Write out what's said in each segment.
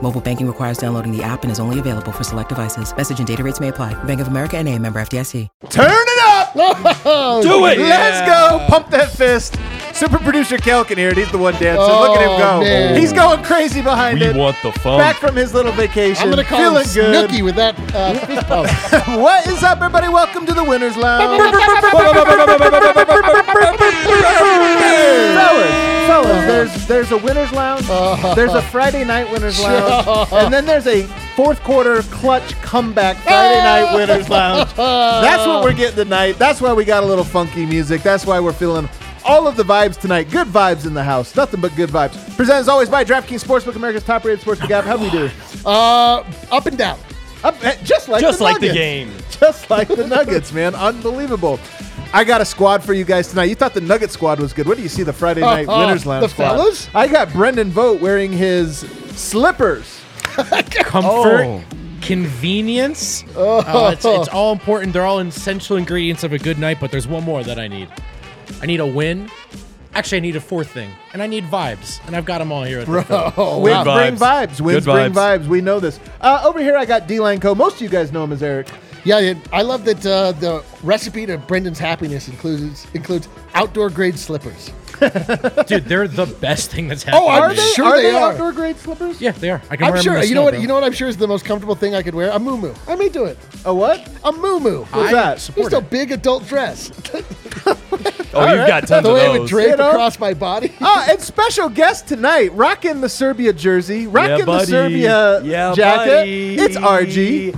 Mobile banking requires downloading the app and is only available for select devices. Message and data rates may apply. Bank of America and a member FDIC. Turn it up! Do it! Let's go! Pump that fist. Super producer Kelkin here, and he's the one dancing. Look at him go. Oh, man. He's going crazy behind We it. want the funk. Back from his little vacation. I'm gonna call Feeling him good. Oh. Snooky with that uh, fist bump. what is up, everybody? Welcome to the Winners Lounge. fellas, fellas, there's there's a Winners Lounge. There's a Friday night Winners Lounge, and then there's a fourth quarter clutch comeback Friday night Winners Lounge. That's what we're getting tonight. That's why we got a little funky music. That's why we're feeling all of the vibes tonight. Good vibes in the house. Nothing but good vibes. Presented as always by DraftKings Sportsbook, America's top-rated sportsbook app. How do we do? Uh, up and down. Up- eh, just like Just the like the Nuggets. game. just like the Nuggets, man, unbelievable. I got a squad for you guys tonight. You thought the Nugget squad was good. What do you see the Friday night Uh-huh. winners lounge The squad? fellas? I got Brendan Vogt wearing his slippers. comfort, Oh. convenience. Uh, it's, it's all important. They're all essential ingredients of a good night, but there's one more that I need. I need a win. Actually, I need a fourth thing, and I need vibes, and I've got them all here. At the film. Oh, Wins Good bring vibes. vibes. Wins Good bring vibes. vibes. We know this. Uh, over here, I got D Line Co. Most of you guys know him as Eric. yeah. it- I love that uh, the recipe to Brendan's happiness includes includes outdoor grade slippers. dude, they're the best thing that's Oh, happened. Oh, are to Are me. they, sure are they are. outdoor grade slippers? Yeah, they are. I can I'm wear sure. Them in the You know snow, what? bro. You know what? I'm sure is the most comfortable thing I could wear. A muumuu. I may do it. A what? A muumuu. What's It's that? support Just a it. big adult dress. Oh, you've got tons the of way it would those. drape You know? across my body. Oh, and special guest tonight, rocking the Serbia jersey, rocking the buddy. Serbia Yeah, jacket. buddy. It's RG.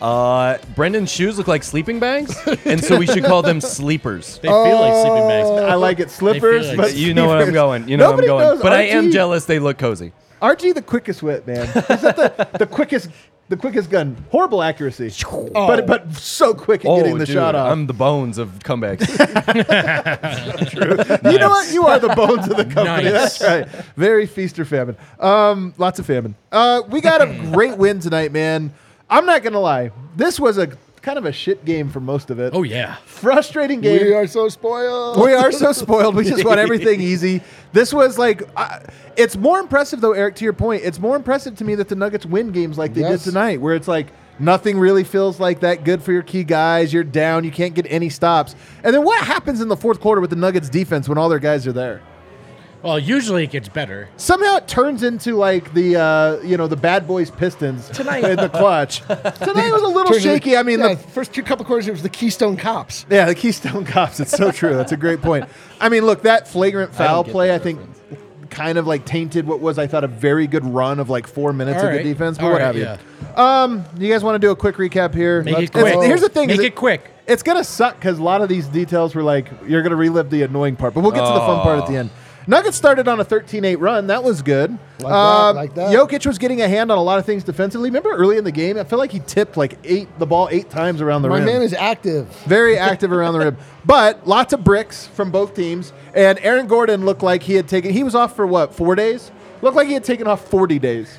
Uh, Brendan's shoes look like sleeping bags, and so we should call them sleepers. they feel like sleeping bags. I like it slippers, like but You know where I'm going. You know Nobody where I'm going. knows But I RG. am jealous they look cozy. RG the quickest whip, man. Is that the, the quickest the quickest gun? Horrible accuracy. Oh. But but so quick at getting the Oh, dude, shot off. I'm the bones of comebacks. you know what? You are the bones of the company. Nice. That's right. Very feast or famine. Um, lots of famine. Uh, we got a great win tonight, man. I'm not gonna lie. This was a kind of a shit game for most of it. Oh yeah. Frustrating game. We are so spoiled. we are so spoiled. We just want everything easy. This was like, I it's more impressive though, Eric. To your point, it's more impressive to me that the Nuggets win games like they Yes. did tonight, where it's like nothing really feels like that good for your key guys. You're down. You can't get any stops. And then what happens in the fourth quarter with the Nuggets defense when all their guys are there? Well, usually it gets better. Somehow it turns into like the uh, you know the bad boys Pistons tonight in the clutch. Tonight was a little Turn it- shaky. I mean, yeah, the first two couple quarters, it was the Keystone Cops. Yeah, the Keystone Cops. It's so true. That's a great point. I mean, look, that flagrant foul get play, the I think, kind of like tainted what was, I thought, a very good run of like four minutes All of right. good defense. But All what right, have you? yeah. Um, you guys want to do a quick recap here? Make it Let's- it's- quick. Here's the thing: is Make it quick. It's gonna suck because a lot of these details were like you're gonna relive the annoying part, but we'll get to the fun part Oh. at the end. Nuggets started on a 13-8 run. That was good. Uh, Like that, like that. Jokic was getting a hand on a lot of things defensively. Remember early in the game, I feel like he tipped like eight the ball eight times around the My rim man is active. very active around the rim. But lots of bricks from both teams. And Aaron Gordon looked like he had taken. He was off for what? Four days. Looked like he had taken off forty days.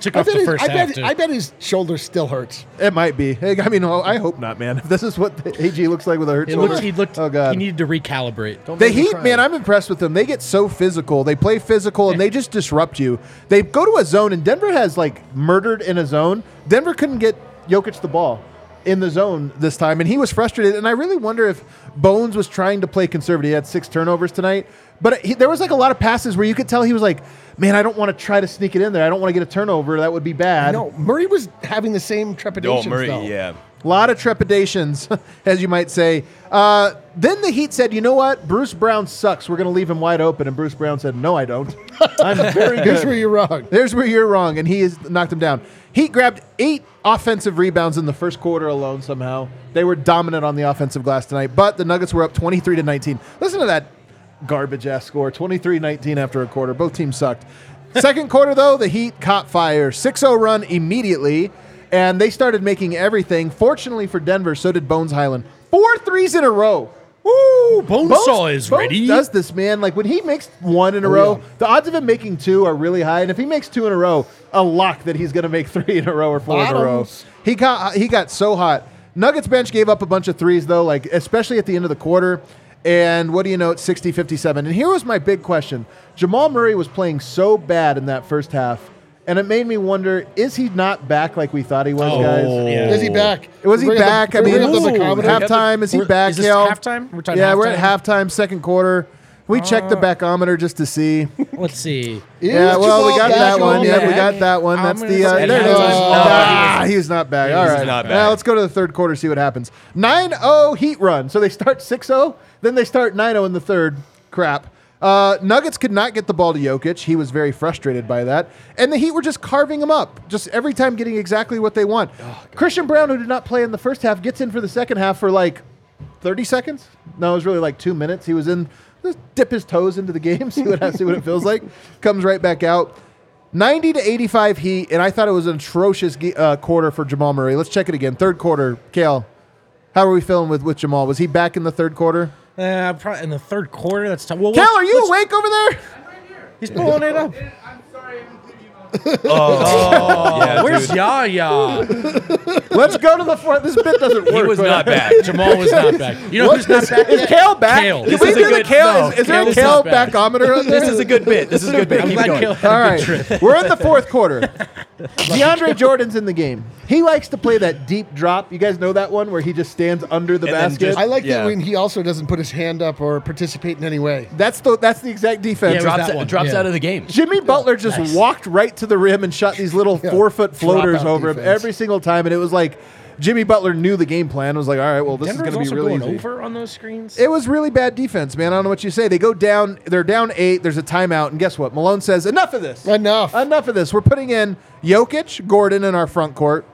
Took I off bet, the his, first I, half. bet, too. I bet his shoulder still hurts. It might be. Hey, I mean, oh, I hope not, man. If this is what the AG looks like with a hurt It shoulder. looked. He looked. Oh god. He needed to recalibrate. Don't the Heat, man, I'm impressed with them. They get so physical. They play physical and they just disrupt you. They go to a zone, and Denver has like murdered in a zone. Denver couldn't get Jokic the ball in the zone this time, and he was frustrated. And I really wonder if Bones was trying to play conservative. He had six turnovers tonight, but he, there was like a lot of passes where you could tell he was like, "Man, I don't want to try to sneak it in there. I don't want to get a turnover. That would be bad." No, Murray was having the same trepidations. Murray, though. yeah. A lot of trepidations, as you might say. Uh, then the Heat said, you know what? Bruce Brown sucks. We're going to leave him wide open. And Bruce Brown said, no, I don't. I'm very Here's where good. you're wrong. There's where you're wrong. And he has knocked him down. Heat grabbed eight offensive rebounds in the first quarter alone somehow. They were dominant on the offensive glass tonight, but the Nuggets were up 23 to 19. Listen to that garbage ass score 23 19 after a quarter. Both teams sucked. Second quarter, though, the Heat caught fire. 6 0 run immediately, and they started making everything. Fortunately for Denver, so did Bones Highland. Four threes in a row. Woo! Bonesaw is Bones ready. Oh, Does this man like when he makes one in a row? The odds of him making two are really high, and if he makes two in a row, a lock that he's going to make three in a row or four in a row. Bottoms. He got uh, he got so hot. Nuggets bench gave up a bunch of threes though, like especially at the end of the quarter. And what do you know? It's 60 57. And here was my big question Jamal Murray was playing so bad in that first half, and it made me wonder is he not back like we thought he was, guys? yeah. Oh. Is he back? Was he Bring up the- back? I bring mean, up the Ooh. Macomb- Half- halftime. Is he We're- back? is this Yale? halftime? We're talking Oh. yeah, we're at halftime, second quarter. We checked the backometer just to see. Let's see. Is yeah, well, we Jamal got back? that one. Jamal Yeah, we back? got that one. I'm That's gonna the. Uh, say there it is. no. Ah, he's not back. All right. not Now back. let's go to the third quarter, see what happens. 9 0 Heat run. So they start 6 0, then they start 9 0 in the third. Crap. Uh, Nuggets could not get the ball to Jokic. He was very frustrated by that. And the Heat were just carving him up, just every time getting exactly what they want. Christian Brown, who did not play in the first half, gets in for the second half for like 30 seconds? No, it was really like two minutes. He was in, just dip his toes into the game, see what, see what it feels like. Comes right back out. 90 to 85 Heat, and I thought it was an atrocious ge- uh, quarter for Jamal Murray. Let's check it again. Third quarter, Kale, how are we feeling with, with Jamal? Was he back in the third quarter? Uh, probably in the third quarter. That's tough. Well, Cal, let's- are you let's- awake over there? He's pulling it up. Oh. yeah, Where's dude. Yaya? Let's go to the fourth. This bit doesn't work. He was but- not back. Jamal was not back. You know who's not back? Is Kale back? Kale. Can This we is a do the good- Kale? no, is, is there Kale a is Kale not back. backometer? up there? This is a good bit. This is a good bit. I'm Keep glad going. Kale had All a right. good trip. We're in the fourth quarter. DeAndre Jordan's in the game. He likes to play that deep drop. You guys know that one where he just stands under the And then basket. just- I like Yeah. that when he also doesn't put his hand up or participate in any way. that's the that's the exact defense. Yeah, it was Drops, that one, drops yeah. out of the game. Jimmy Butler just walked right to the rim and shot these little Yeah. four foot floaters Dropout over him defense. every single time, and it was like Jimmy Butler knew the game plan. Was like, all right, well, this Denver's is going to also be really going easy. over on those screens. It was really bad defense, man. I don't know what you say. They go down. They're down eight. There's a timeout, and guess what? Malone says, "Enough of this. Enough. Enough of this. We're putting in Jokic, Gordon in our front court,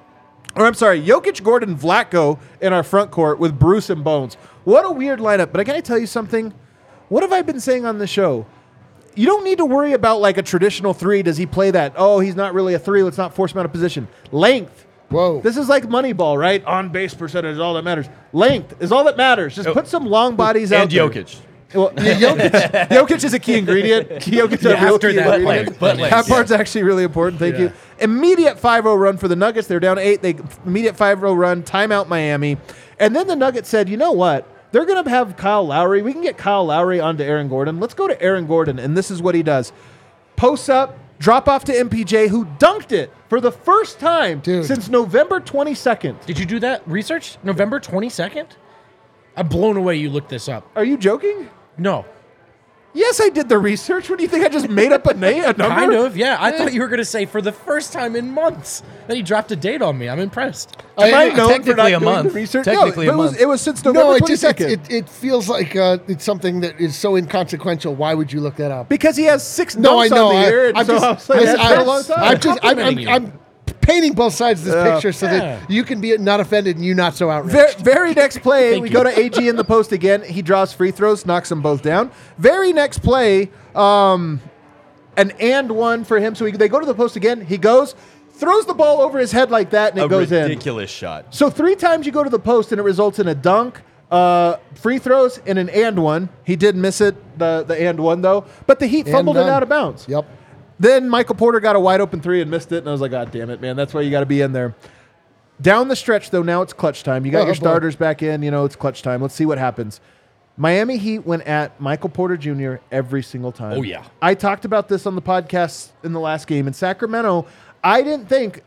or I'm sorry, Jokic, Gordon, Vlatko in our front court with Bruce and Bones. What a weird lineup. But I gotta tell you something. What have I been saying on the show? You don't need to worry about like a traditional three. Does he play that? Oh, he's not really a three. Let's not force him out of position. Length. Whoa. This is like Moneyball, right? On base percentage is all that matters. Uh, Length is all that matters. Just put some long bodies out And there. Jokic. Well, yeah, Jokic, Jokic is a key ingredient. Jokic is a real after key that ingredient. play. But that part's actually really important. Thank you. Immediate 5-0 run for the Nuggets. They're down 8. They immediate 5-0 run, timeout Miami. And then the Nuggets said, "You know what? They're going to have Kyle Lowry. We can get Kyle Lowry onto Aaron Gordon. Let's go to Aaron Gordon." And this is what he does. Posts up, drop off to MPJ who dunked it for the first time Dude. since November 22nd. Did you do that research? November 22nd? I'm blown away you looked this up. Are you joking? No. Yes, I did the research. What do you think? I just made up a name, a number. Kind of, yeah. I thought you were going to say for the first time in months that you dropped a date on me. I'm impressed. Am I I- known for not technically a doing the month. research? Technically no, a but it, was, month. it was since November no, it just it, 22nd. it, it feels like uh, it's something that is so inconsequential. Why would you look that up? because he has six No, I dunks know. on the I, year. and I'm so I was just, like, I, that's I, been a long time. Uh, I'm just, I'm, Complimenting I'm, I'm painting both sides of this picture so that you can be not offended and you not so outraged. Ver- very next play, Thank we you. go to AG in the post again. He draws free throws, knocks them both down. Very next play, um, an and one for him. So he, they go to the post again. He goes, throws the ball over his head like that, and it a goes in. ridiculous shot. So three times you go to the post and it results in a dunk, uh, free throws, and an and one. He did miss it, the the and one though. But the Heat And fumbled it done. out of bounds. Yep. Then Michael Porter got a wide open three and missed it, and I was like, God damn it, man! That's why you got to be in there. Down the stretch though, now it's clutch time. You got Oh, your boy. starters back in. You know it's clutch time. Let's see what happens. Miami Heat went at Michael Porter Jr. every single time. Oh, yeah. I talked about this on the podcast in the last game in Sacramento. I didn't think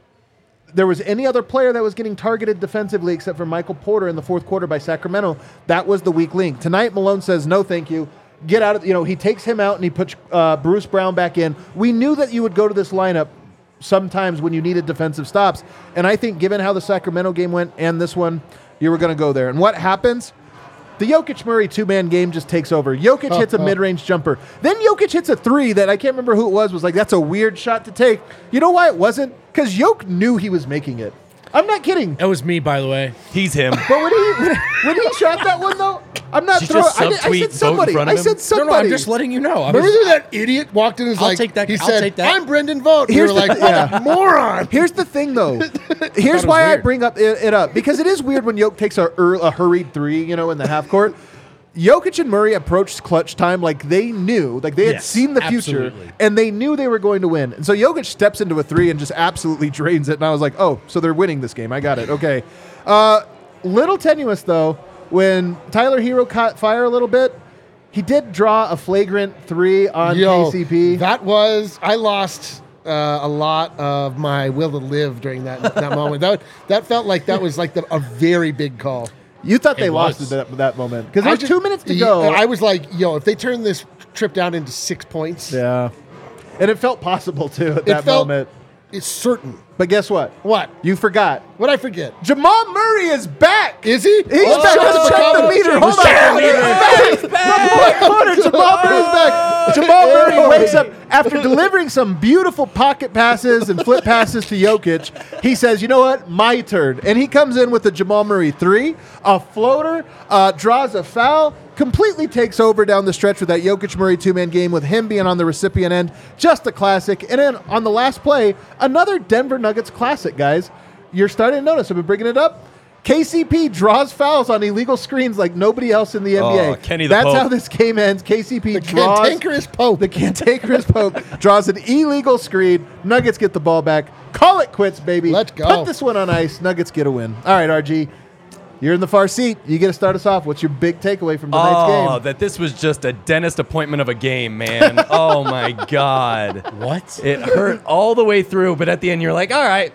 there was any other player that was getting targeted defensively except for Michael Porter in the fourth quarter by Sacramento. That was the weak link. Tonight, Malone says, no, thank you. Get out of, you know, he takes him out and he puts uh, Bruce Brown back in. We knew that you would go to this lineup sometimes when you needed defensive stops. And I think given how the Sacramento game went and this one, you were going to go there. And what happens? The Jokic Murray two man game just takes over. Jokic hits a mid range jumper. Then Jokic hits a three that I can't remember who it was, was like, that's a weird shot to take. You know why it wasn't? Because Jokic knew he was making it. I'm not kidding. That was me, by the way. He's him. But when he when, when he shot that one though, I'm not Did you throwing. just I, did- I subtweet vote said in somebody. front I of him? said No, somebody. no, I'm just letting you know. I was- Remember that idiot walked in and was I'll like, take that- he I'll said, take that. I'm Brendan Vogt. Here's Here's we were the- like, yeah. "What a moron. Here's the thing, though. Here's was why I weird. bring up it, it up because it is weird when Jokic takes a, ur- a hurried three, you know, in the half court. Jokic and Murray approached clutch time like they knew, like they had Yes, seen the future, absolutely. and they knew they were going to win. And so Jokic steps into a three and just absolutely drains it. And I was like, oh, so they're winning this game. I got it. Okay. Uh, little tenuous though when Tyler Hero caught fire a little bit. He did draw a flagrant three on Yo, KCP. That was I lost uh, a lot of my will to live during that that moment. That that felt like that was like the, a very big call. you thought they It lost at was. that, that moment because I there's just- two minutes to yeah, go. I was like, yo, if they turn this trip down into six points, Yeah. And it felt possible too at that felt- moment. it's certain. But guess what? What? You forgot. What I forget? Jamal Murray is back. Is he? He's Oh, back. shut Let's the check the fuck up. meter. Hold Shut on. the He's back. He's back. Fourth quarter, Jamal Murray's back. Jamal Murray wakes up after delivering some beautiful pocket passes and flip passes to Jokic. He says, "You know what? My turn." And he comes in with a Jamal Murray three, a floater, uh, draws a foul, completely takes over down the stretch with that Jokic Murray two man game with him being on the recipient end. Just a classic. And then on the last play, another Denver Nuggets classic, guys. You're starting to notice. I've been bringing it up. KCP draws fouls on illegal screens like nobody else in the NBA. Oh, Kenny the That's Pope. how this game ends. KCP The draws cantankerous Pope. the cantankerous Pope draws an illegal screen. Nuggets get the ball back. Call it quits, baby. Let's go. Put this one on ice. Nuggets get a win. All right, RG. You're in the far seat. You get to start us off. What's your big takeaway from tonight's Oh, game? that this was just a dentist appointment of a game, man. oh my god. What? It hurt all the way through, but at the end you're like, all right.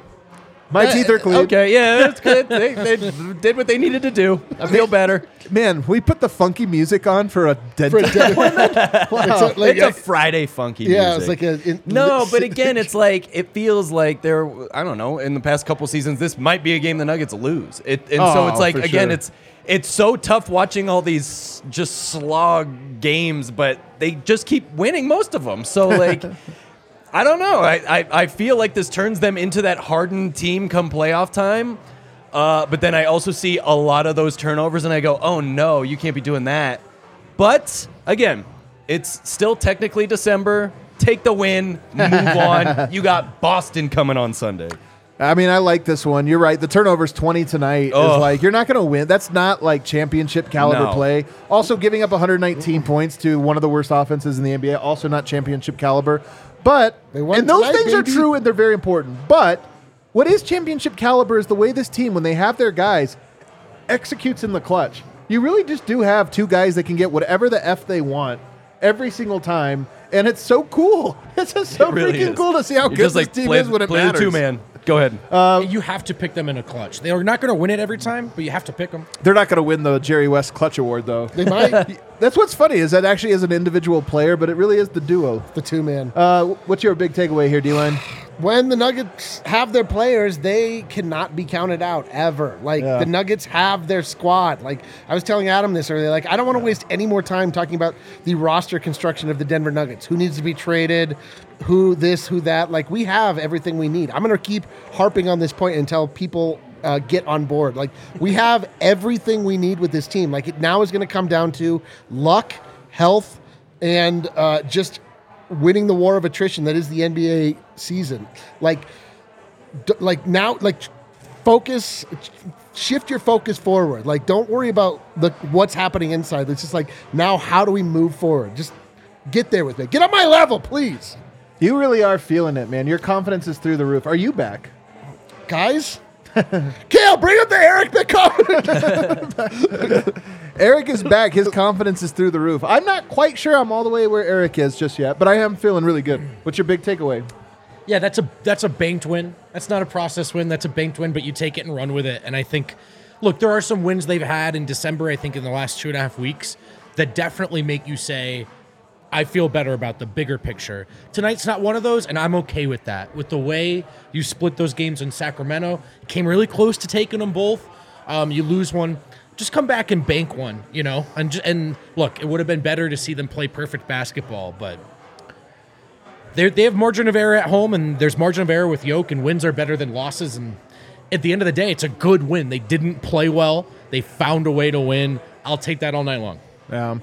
My eh, teeth are clean. Okay, yeah, that's good. They, they did what they needed to do. I feel better. Man, we put the funky music on for a dead For a dead- It's a- like, It's a Friday funky yeah, music. it's like a in- No, but again, it's like it feels like there. I don't know. In the past couple seasons, this might be a game the Nuggets lose. It and so Oh, it's like for again, sure. it's it's so tough watching all these just slog games, but they just keep winning most of them. So like. I don't know. I, I, I feel like this turns them into that hardened team come playoff time. Uh, but then I also see a lot of those turnovers, and I go, oh no, you can't be doing that. But again, it's still technically December. Take the win, move on. You got Boston coming on Sunday. I mean, I like this one. You're right. The turnovers 20 tonight is Ugh. like you're not going to win. That's not like championship caliber No. play. Also, giving up 119 points to one of the worst offenses in the NBA, also not championship caliber. But They won and those tonight, things are baby. true and they're very important. But what is championship caliber is the way this team, when they have their guys, executes in the clutch. You really just do have two guys that can get whatever the f they want every single time, and it's so cool. It's just so It really freaking is. cool to see how You're good just this like team play, is when it play matters. the two man. Go ahead. you have to pick them in a clutch. They are not going to win it every time, but you have to pick them. They're not going to win the Jerry West Clutch Award, though. they might That's what's funny is that actually is an individual player, but it really is the duo. the two man. Uh, what's your big takeaway here, D line? when the Nuggets have their players, they cannot be counted out ever. Like Yeah. the Nuggets have their squad. Like I was telling Adam this earlier. Like I don't want to waste any more time talking about the roster construction of the Denver Nuggets. Who needs to be traded? Who this? Who that? Like we have everything we need. I'm gonna keep harping on this point until people. Uh, get on board. Like we have everything we need with this team. Like it now is going to come down to luck, health, and uh, just winning the war of attrition that is the NBA season. Like, d- like now, like focus, shift your focus forward. Like, don't worry about the what's happening inside. It's just like now, how do we move forward? Just get there with me. Get on my level, please, You really are feeling it, man. Your confidence is through the roof. Are you back? guys. Kale, bring up the Eric McCollum. Eric is back. His confidence is through the roof. I'm not quite sure I'm all the way where Eric is just yet, but I am feeling really good. What's your big takeaway? Yeah, that's a that's a banked win. That's not a process win. That's a banked win, but you take it and run with it. And I think, look, there are some wins they've had in December. I think in the last two and a half weeks that definitely make you say, I feel better about the bigger picture. Tonight's not one of those, and I'm okay with that. With the way you split those games in Sacramento, you came really close to taking them both. Um, you lose one, just come back and bank one, you know. And ju- and look, it would have been better to see them play perfect basketball, but they they have margin of error at home, and there's margin of error with Yoke, and wins are better than losses. And at the end of the day, it's a good win. They didn't play well. They found a way to win. I'll take that all night long. Yeah.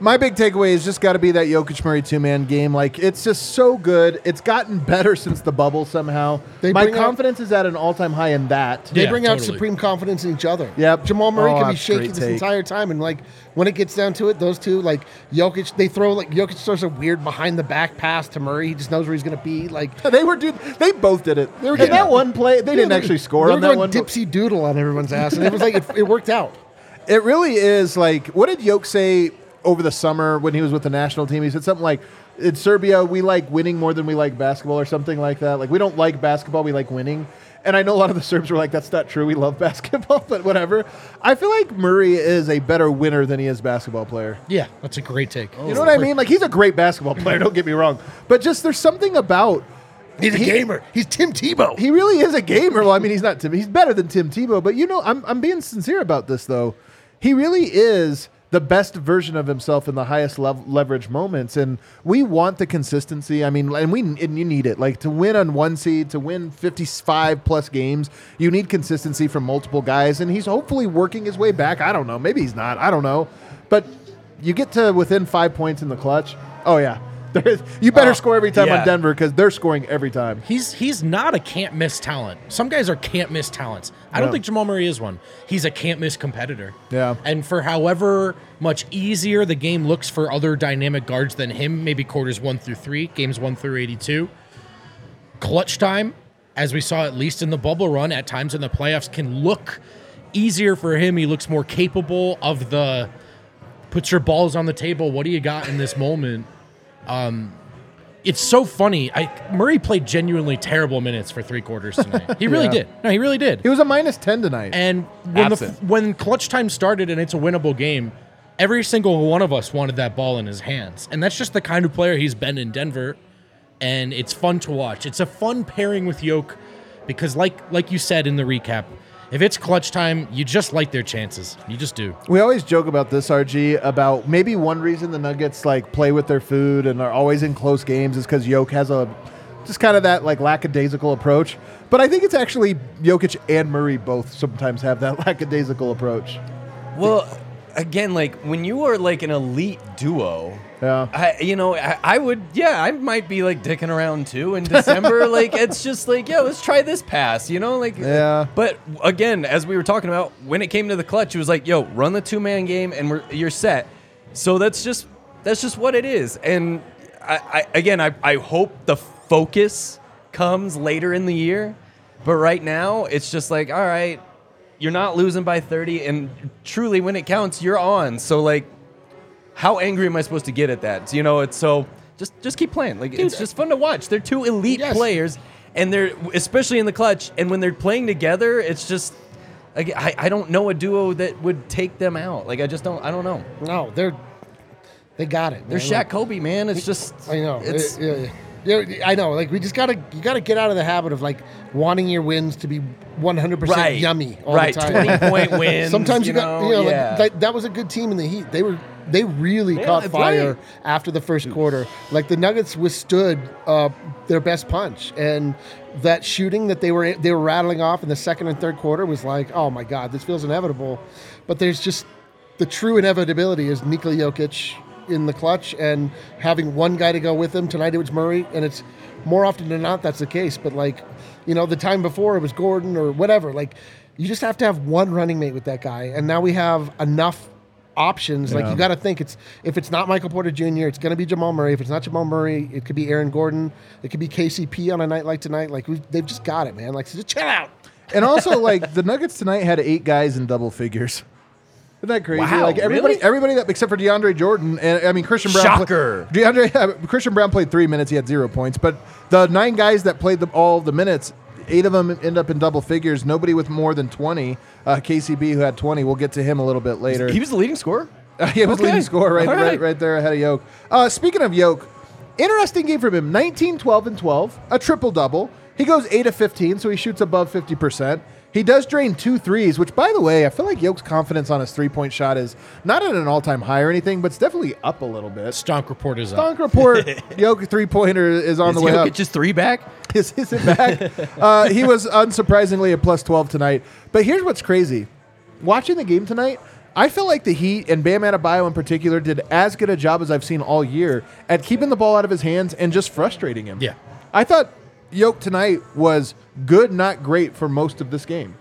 My big takeaway is just got to be that Jokic Murray two man game. Like it's just so good. It's gotten better since the bubble somehow. They My bring out- confidence is at an all time high in that. They Yeah, bring out totally. supreme confidence in each other. Yep. Jamal Murray Oh, can be that's a great shaky this take. entire time, and like when it gets down to it, those two like Jokic, they throw like Jokic throws a weird behind the back pass to Murray. He just knows where he's gonna be. Like They were dude. They both did it. They were that one play. They didn't actually score They're on that going one. but- Dipsy doodle on everyone's ass, and it was like it, it worked out. It really is like what did Yoke say over the summer when he was with the national team? He said something like, "In Serbia, we like winning more than we like basketball," or something like that. Like we don't like basketball, we like winning. And I know a lot of the Serbs were like, "That's not true. We love basketball," but whatever. I feel like Murray is a better winner than he is basketball player. Yeah, that's a great take. You know what I mean? Like he's a great basketball player. Don't get me wrong, but just there's something about. He's a He- gamer. He's Tim Tebow. He really is a gamer. Well, I mean, he's not Tim. He's better than Tim Tebow. But you know, I'm, I'm being sincere about this though. He really is the best version of himself in the highest lev- leverage moments, and we want the consistency. I mean, and we and you need it. Like to win on one seed, to win 55 plus games, you need consistency from multiple guys, and he's hopefully working his way back. I don't know. Maybe he's not. I don't know. But you get to within five points in the clutch. Oh yeah. There is, you better score every time yeah. on Denver because they're scoring every time. He's he's not a can't miss talent. Some guys are can't miss talents. I don't Yeah. think Jamal Murray is one. He's a can't miss competitor. Yeah. And for however much easier the game looks for other dynamic guards than him, maybe quarters one through three, games one through eighty-two, clutch time, as we saw at least in the bubble run, at times in the playoffs, can look easier for him. He looks more capable of the put your balls on the table. What do you got in this moment? Um, it's so funny. I Murray played genuinely terrible minutes for three quarters tonight. He really Yeah. did. No, he really did. He was a minus 10 tonight. and when the, Absent. when clutch time started and it's a winnable game, every single one of us wanted that ball in his hands. And that's just the kind of player he's been in Denver. And it's fun to watch. It's a fun pairing with Yoke because like like you said in the recap, if it's clutch time, you just like their chances. You just do. We always joke about this, RG, about maybe one reason the Nuggets like play with their food and are always in close games is because Yoke has a just kind of that like lackadaisical approach. But I think it's actually Jokic and Murray both sometimes have that lackadaisical approach. Well, again, like when you are like an elite duo, Yeah. I, you know, I, I would, yeah, I might be like dicking around too in December. like it's just like, yeah, let's try this pass, you know, like. uh, Yeah. But again, as we were talking about, when it came to the clutch, it was like, yo, run the two man game, and we're you're set. So that's just that's just what it is. And I, I again, I, I hope the focus comes later in the year, but right now it's just like, all right, you're not losing by 30 and truly when it counts you're on so like how angry am i supposed to get at that you know it's so just just keep playing like it's just uh, fun to watch they're two elite players and they're especially in the clutch and when they're playing together it's just like, I, I don't know a duo that would take them out like i just don't i don't know No, they're they got it. they're man. Shaq Kobe man it's just I know. it's Yeah, yeah, yeah. Yeah, I know. Like we just gotta you gotta get out of the habit of like wanting your wins to be 100 Right. percent yummy all Right. the time. 20 point wins, Sometimes you, you got know, you know yeah. like, that, that was a good team in the Heat. They were they really caught that's fire right. after the first quarter. Like the Nuggets withstood uh, their best punch and that shooting that they were they were rattling off in the second and third quarter was like oh my god this feels inevitable, but there's just the true inevitability is Nikola Jokic in the clutch and having one guy to go with him tonight it was Murray and it's more often than not that's the case but like you know the time before it was Gordon or whatever like you just have to have one running mate with that guy and now we have enough options like you got to think it's if it's not Michael Porter Jr. it's going to be Jamal Murray if it's not Jamal Murray it could be Aaron Gordon it could be KCP on a night like tonight like we they've just got it man like so just chill out and also like the Nuggets tonight had eight guys in double figures. Isn't that crazy? Wow, like everybody, really? everybody that except for DeAndre Jordan and I mean Christian Brown. play- Shocker. DeAndre Christian Brown played three minutes. He had zero points. But the nine guys that played the, all the minutes, eight of them end up in double figures. Nobody with more than twenty. Uh, KCB who had twenty. We'll get to him a little bit later. he was the leading scorer he was leading Okay. score right, All right. right right. there ahead of Yoke. Uh, speaking of Yoke, interesting game from him 19, 12, and 12, a triple double. He goes 8 of 15, so he shoots above 50%. He does drain two threes, which, by the way, I feel like Yoke's confidence on his three point shot is not at an all time high or anything, but it's definitely up a little bit. Stonk report is up. Stonk report, Yoke three pointer is on Is the way up Jokic just three back? is, is it back? uh, he was unsurprisingly a plus 12 tonight. But here's what's crazy. Watching the game tonight, I feel like the Heat and Bam Adebayo in particular did as good a job as I've seen all year at keeping the ball out of his hands and just frustrating him. Yeah. I thought Yoke tonight was good, not great for most of this game.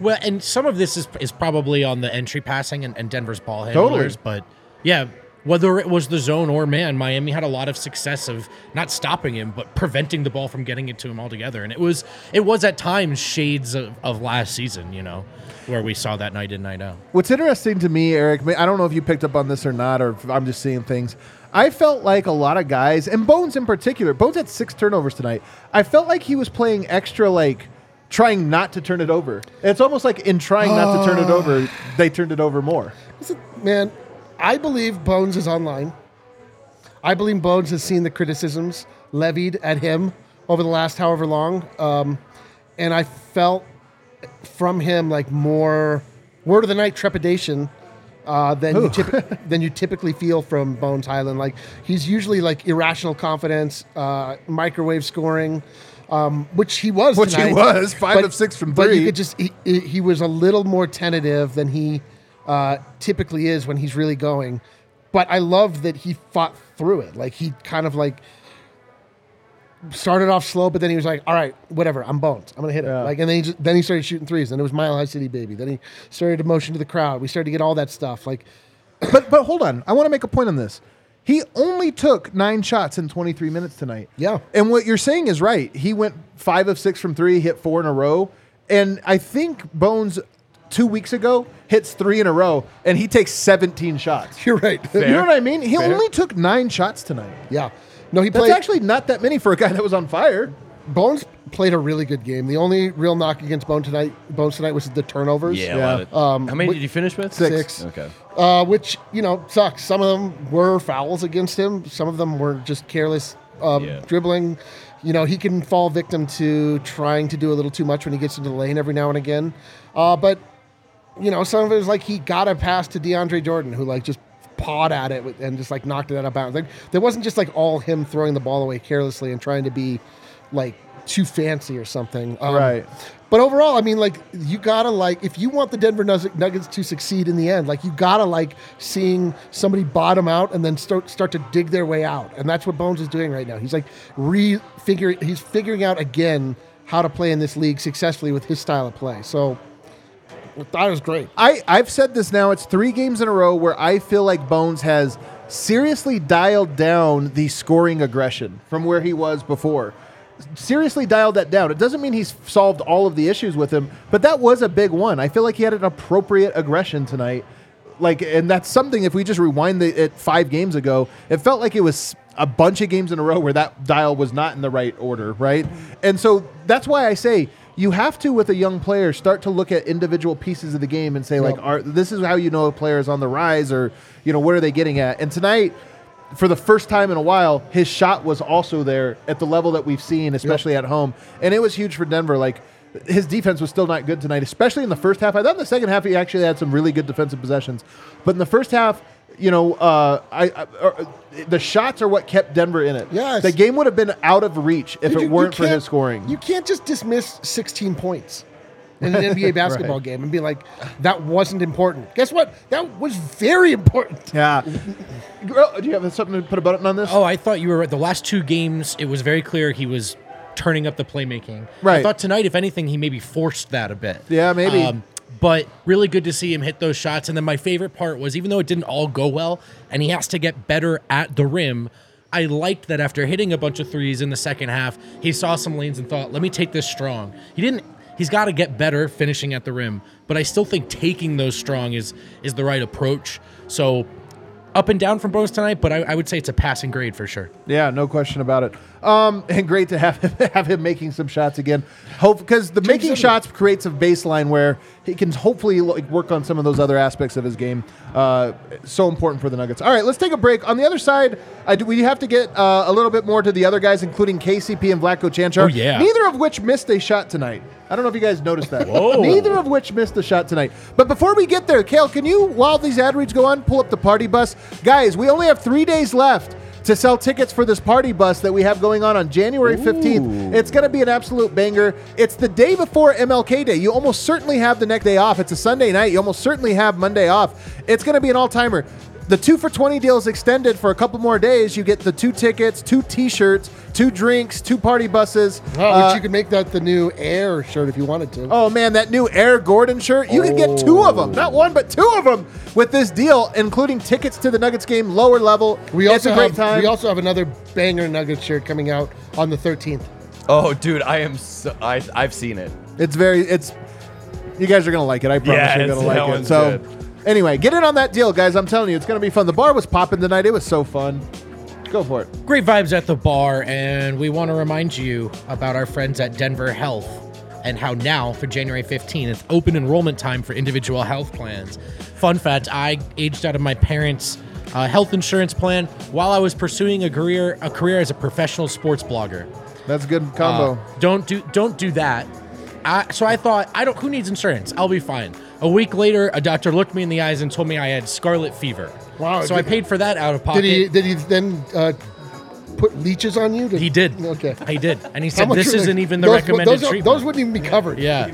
Well, and some of this is is probably on the entry passing and, and Denver's ball handlers, but yeah, whether it was the zone or man, Miami had a lot of success of not stopping him, but preventing the ball from getting it to him altogether. And it was it was at times shades of, of last season, you know, where we saw that night in night out. What's interesting to me, Eric, I don't know if you picked up on this or not, or if I'm just seeing things. I felt like a lot of guys, and Bones in particular, Bones had six turnovers tonight. I felt like he was playing extra, like trying not to turn it over. It's almost like in trying not to turn it over, they turned it over more. Listen, man, I believe Bones is online. I believe Bones has seen the criticisms levied at him over the last however long. Um, and I felt from him like more word of the night trepidation uh, than, you typ- than you typically feel from Bones Highland. Like he's usually like irrational confidence, uh, microwave scoring, um, which he was. Which he tonight. was, five of six from But three. you could just he, he he was a little more tentative than he uh, typically is when he's really going. But I love that he fought through it. Like he kind of like started off slow, but then he was like, "All right, whatever, I'm boned. I'm gonna hit it." Like, and then he just, then he started shooting threes. Then it was Mile High City, baby. Then he started to motion to the crowd. We started to get all that stuff. Like, But but hold on, I want to make a point on this. He only took nine shots in 23 minutes tonight. Yeah. And what you're saying is right. He went five of six from three, hit four in a row, and I think Bones two weeks ago hits three in a row, and he takes 17 shots. you're right. You know what I mean? He only took nine shots tonight. yeah. No, he That's played. actually not that many for a guy that was on fire. Bones played a really good game. The only real knock against Bones tonight, Bones tonight was the turnovers. Um, Yeah. Yeah. um, a lot of- How many did you finish with? Six. Okay. uh, which you know sucks. Some of them were fouls against him. Some of them were just careless um, Yeah. dribbling. You know, he can fall victim to trying to do a little too much when he gets into the lane every now and again. Uh, but you know, some of it was like he got a pass to DeAndre Jordan, who like just pawed at it with- and just like knocked it out of bounds. Like there wasn't just like all him throwing the ball away carelessly and trying to be like too fancy or something. Um, Right. But overall, I mean, like you gotta like if you want the Denver Nuz- Nuggets to succeed in the end, like you gotta like seeing somebody bottom out and then start start to dig their way out, and that's what Bones is doing right now. He's like refiguring, he's figuring out again how to play in this league successfully with his style of play. So I thought it was great. I, I've said this now. It's three games in a row where I feel like Bones has seriously dialed down the scoring aggression from where he was before. Seriously dialed that down. It doesn't mean he's solved all of the issues with him, but that was a big one. I feel like he had an appropriate aggression tonight. Like, and that's something. If we just rewind the, it five games ago, it felt like it was a bunch of games in a row where that dial was not in the right order, right? And so that's why I say you have to, with a young player, start to look at individual pieces of the game and say, like, are, this is how you know a player is on the rise, or you know, what are they getting at? And tonight, for the first time in a while, his shot was also there at the level that we've seen, especially at home, and it was huge for Denver. Like. His defense was still not good tonight, especially in the first half. I thought in the second half he actually had some really good defensive possessions, but in the first half, you know, uh, I, I uh, the shots are what kept Denver in it. Yes. the game would have been out of reach if You- it you- you weren't for can't- his scoring. You can't just dismiss 16 points in an NBA basketball game and be like, that wasn't important. Guess what? That was very important. Yeah. Girl, do you have something to put a button on this? Oh, I thought you were right. The last two games, it was very clear he was turning up the playmaking. Right. I thought tonight, if anything, he maybe forced that a bit. Yeah, maybe. Um, but really good to see him hit those shots. And then my favorite part was even though it didn't all go well, and he has to get better at the rim. I liked that after hitting a bunch of threes in the second half, he saw some lanes and thought, "Let me take this strong." He didn't. He's got to get better finishing at the rim, but I still think taking those strong is is the right approach. So up and down from Bones tonight, but I, I would say it's a passing grade for sure. Yeah, no question about it. Um, and great to have him, have him making some shots again. Hope because the making shots creates a baseline where he can hopefully like, work on some of those other aspects of his game. Uh, so important for the Nuggets. All right, let's take a break. On the other side, I do, we have to get uh, a little bit more to the other guys, including KCP and Vlatko Chanchar. Oh, yeah. Neither of which missed a shot tonight. I don't know if you guys noticed that. Neither of which missed a shot tonight. But before we get there, Kale, can you, while these ad reads go on, pull up the party bus? Guys, we only have three days left to sell tickets for this party bus that we have going on on January 15th. It's going to be an absolute banger. It's the day before MLK Day. You almost certainly have the next day off. It's a Sunday night. You almost certainly have Monday off. It's going to be an all timer. The two for 20 deal is extended for a couple more days. You get the two tickets, two t shirts, two drinks, two party buses. Which you could make that the new air shirt if you wanted to. Uh, Oh man, that new Air Gordon shirt. You could get two of them, not one, but two of them with this deal, including tickets to the Nuggets game, lower level. we it's also a great have, time. We also have another banger Nuggets shirt coming out on the 13th. Oh, dude, I am. So, I I've seen it. It's very. It's. You guys are gonna like it. I promise Yeah, you're it's- gonna that like it. one's So, good. anyway, get in on that deal, guys. I'm telling you, it's gonna be fun. The bar was popping tonight. It was so fun. Go for it. Great vibes at the bar, and we want to remind you about our friends at Denver Health and how now, for January 15th, it's open enrollment time for individual health plans. Fun fact I aged out of my parents' uh, health insurance plan while I was pursuing a career, a career as a professional sports blogger. That's a good combo. Uh, don't do don't do that. I, so I thought I don't. Who needs insurance? I'll be fine. A week later, a doctor looked me in the eyes and told me I had scarlet fever. Wow, So did- I paid for that out of pocket. Uh, Did he? Did he then uh, put leeches on you? To, He did. Okay. He did, and he How said much this are they- isn't even the those- recommended those, are- treatment. Those wouldn't even be covered. yeah,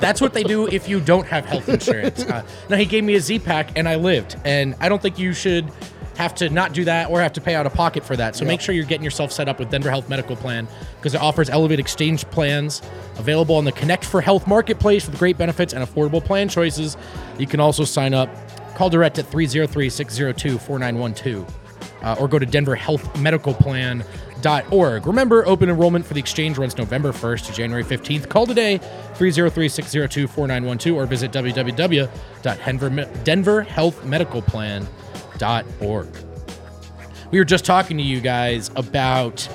that's what they do if you don't have health insurance. Uh, now he gave me a Z pack, and I lived. And I don't think you should have to not do that or have to pay out of pocket for that. So make sure you're getting yourself set up with Denver Health Medical Plan because it offers Elevate Exchange plans available on the Connect for Health marketplace with great benefits and affordable plan choices. You can also sign up. Call direct at 303 602 4912 uh, or go to denverhealthmedicalplan.org. Remember, open enrollment for the exchange runs November 1st to January 15th. Call today 303-602-4912 or visit www.denverhealthmedicalplan.org. We were just talking to you guys about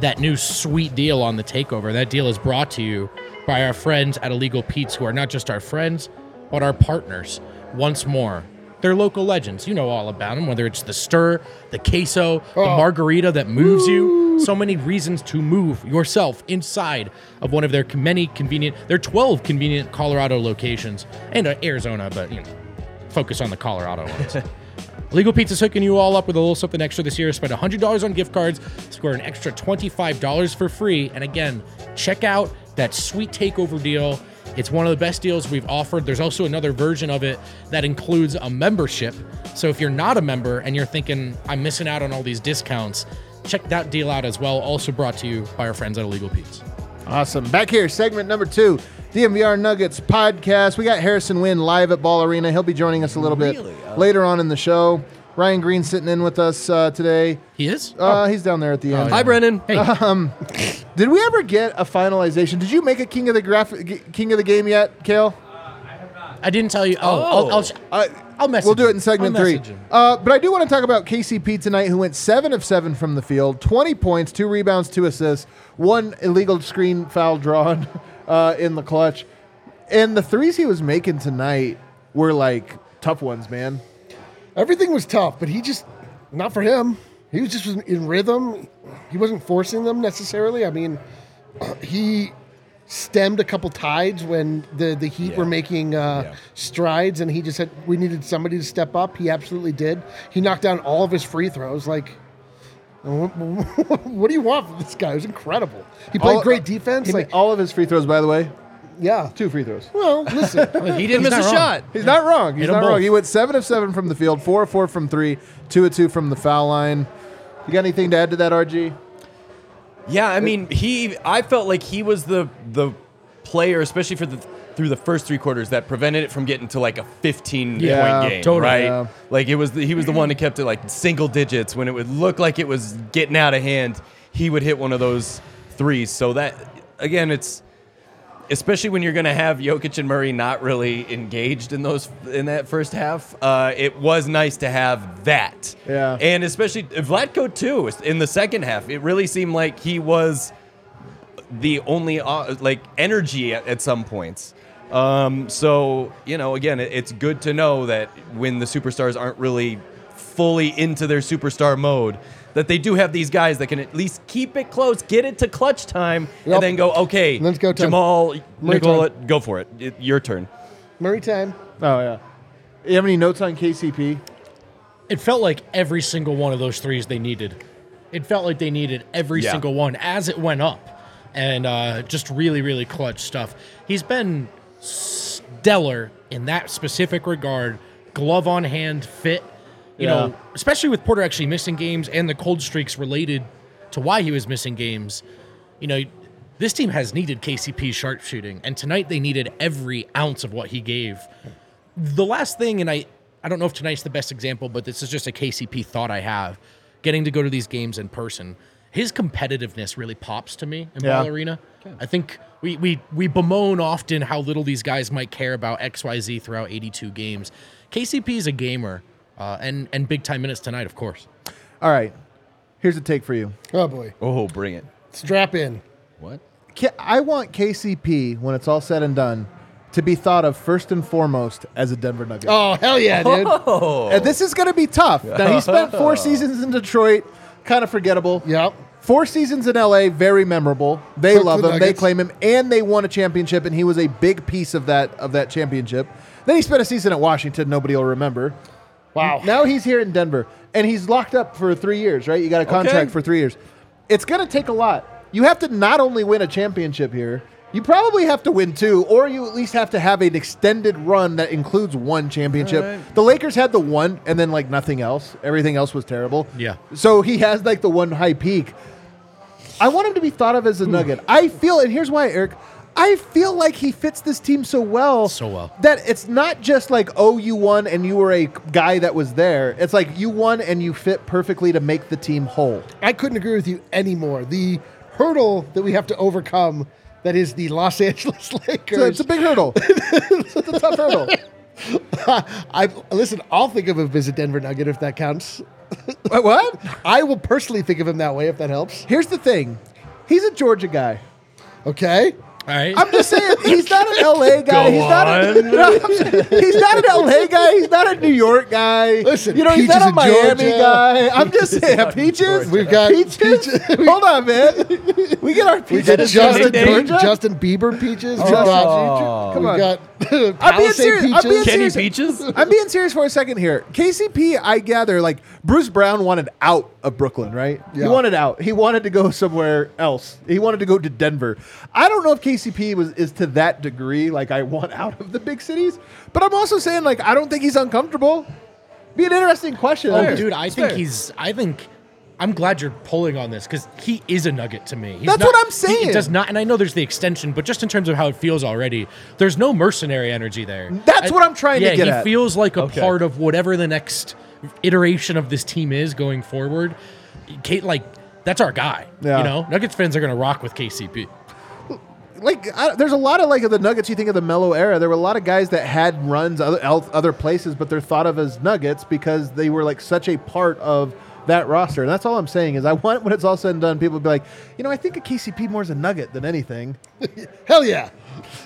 that new sweet deal on the takeover. That deal is brought to you by our friends at Illegal Pete's, who are not just our friends, but our partners once more. They're local legends. You know all about them, whether it's the stir, the queso, the margarita that moves you. So many reasons to move yourself inside of one of their many convenient, their 12 convenient Colorado locations and uh, Arizona, but you know, focus on the Colorado ones. Legal Pizza's hooking you all up with a little something extra this year. Spend $100 on gift cards, score an extra $25 for free. And again, check out that sweet takeover deal. It's one of the best deals we've offered. There's also another version of it that includes a membership. So if you're not a member and you're thinking, I'm missing out on all these discounts, check that deal out as well. Also brought to you by our friends at Illegal Pizza. Awesome. Back here, segment number two, DMVR Nuggets podcast. We got Harrison Wynn live at Ball Arena. He'll be joining us a little bit later on in the show. Ryan Green sitting in with us uh, today. He is? Uh, He's down there at the end. Hi, Brennan. Hey, Did we ever get a finalization? Did you make a king of the graphic, king of the game yet, Kale? I didn't tell you. Oh, I'll, I'll, I- I'll message We'll do it in him. segment I'll three. message him. Uh, but I do want to talk about KCP tonight, who went seven of seven from the field, twenty points, two rebounds, two assists, one illegal screen foul drawn uh, in the clutch, and the threes he was making tonight were like tough ones, man. Everything was tough, but he just not for him. He was just in rhythm. He wasn't forcing them necessarily. I mean, he stemmed a couple tides when the the Heat were making uh, strides, and he just said we needed somebody to step up. He absolutely did. He knocked down all of his free throws. Like, what, what do you want from this guy? It was incredible. He played All- uh, great defense. He Like, made all of his free throws, by the way, yeah. two free throws. Well, listen. He didn't miss a shot. He's not wrong. He's Hit 'em not wrong. both. He went seven of seven from the field, four of four from three, two of two from the foul line. You got anything to add to that, RG? Yeah, I mean, he. I felt like he was the the player, especially for the through the first three quarters, that prevented it from getting to like a 15 Yeah, point game, totally. right? Yeah. Like it was the, he was the one that kept it like single digits when it would look like it was getting out of hand. He would hit one of those threes. So that again, it's especially when you're going to have Jokic and Murray not really engaged in those in that first half. Uh, it was nice to have that. Yeah. and especially Vladko too in the second half. It really seemed like he was the only uh, like energy at, at some points. Um, so you know, again, it, it's good to know that when the superstars aren't really fully into their superstar mode, that they do have these guys that can at least keep it close, get it to clutch time, Yep. and then go, okay, Let's go time. Jamal, My Nicola, go for it. It- Your turn. Murray time. Oh yeah. You have any notes on KCP? It felt like every single one of those threes they needed. It felt like they needed every Yeah. single one as it went up, and uh, just really, really clutch stuff. He's been stellar in that specific regard. Glove on hand, fit. You Yeah. know, especially with Porter actually missing games and the cold streaks related to why he was missing games. You know, this team has needed KCP sharpshooting, and tonight they needed every ounce of what he gave the last thing, and I, I don't know if tonight's the best example, but this is just a KCP thought I have. Getting to go to these games in person, his competitiveness really pops to me in Yeah. Ball Arena. I think we, we we bemoan often how little these guys might care about X Y Z throughout 82 games. KCP is a gamer, uh, and and big time minutes tonight, of course. All right. Here's a take for you. Oh boy, Oh, bring it. strap in. What? K- I want KCP when it's all said and done to be thought of first and foremost as a Denver Nugget. Oh hell yeah, dude. And this is going to be tough. Now he spent four seasons in Detroit, kind of forgettable. Yep. Four seasons in LA, very memorable. They Took love the him. They Nuggets. claim him, and they won a championship, and he was a big piece of that of that championship. Then he spent a season at Washington. Nobody will remember. Wow. Now he's here in Denver, and he's locked up for three years. Right? You got a contract Okay. for three years. It's going to take a lot. You have to not only win a championship here. You probably have to win two, or you at least have to have an extended run that includes one championship. The Lakers had the one, and then like nothing else. Everything else was terrible. Yeah. So he has like the one high peak. I want him to be thought of Hmm. as a nugget. I feel, and here's why, Eric. I feel like he fits this team so well. So well. That it's not just like, oh, you won and you were a guy that was there. It's like you won and you fit perfectly to make the team whole. I couldn't agree with you anymore. The hurdle that we have to overcome that is the Los Angeles Lakers. So it's a big hurdle. it's a tough hurdle. I listen. I'll think of him as a Denver Nugget if that counts. Wait, Uh, what? I will personally think of him that way if that helps. Here's the thing he's a Georgia guy. Okay. All right, I'm just saying, he's not an LA guy. he's, not a, No, I'm just- he's not an LA guy. He's not a New York guy. Listen, you know, he's Peach not is a in Miami Georgia. guy. I'm just saying, Peaches. We've got Peaches. Hold on, man. We get our We Peaches. got Justin, from Bieber- Georgia? Justin Bieber peaches. We've Justin got- Peaches? Oh, Come We've on. got Palisade I'm being serious. I'm peaches. being Kenny serious. Peaches? I'm being serious for a second here. KCP, I gather, like Bruce Brown wanted out of Brooklyn, right? He Yeah. wanted out. He wanted to go somewhere else. He wanted to go to Denver. I don't know if KCP was is to that degree, like I want out of the big cities. But I'm also saying, like, I don't think he's uncomfortable. Be an interesting question. oh, There. dude, I think he's. I think I'm glad you're pulling on this because he is a nugget to me. He's That's not- what I'm he- saying. It does not, and I know there's the extension, but just in terms of how it feels already, there's no mercenary energy there. That's I- what I'm trying to yeah, get he at. feels like a Okay. part of whatever the next iteration of this team is going forward. Kate, like that's our guy. Yeah. You know, Nuggets fans are gonna rock with KCP. like I, there's a lot of like of the Nuggets. You think of the Mellow era. There were a lot of guys that had runs other el- other places, but they're thought of as Nuggets because they were like such a part of that roster. And that's all I'm saying is I want when it's all said and done, people to be like, you know, I think a KCP more is a Nugget than anything. Hell yeah.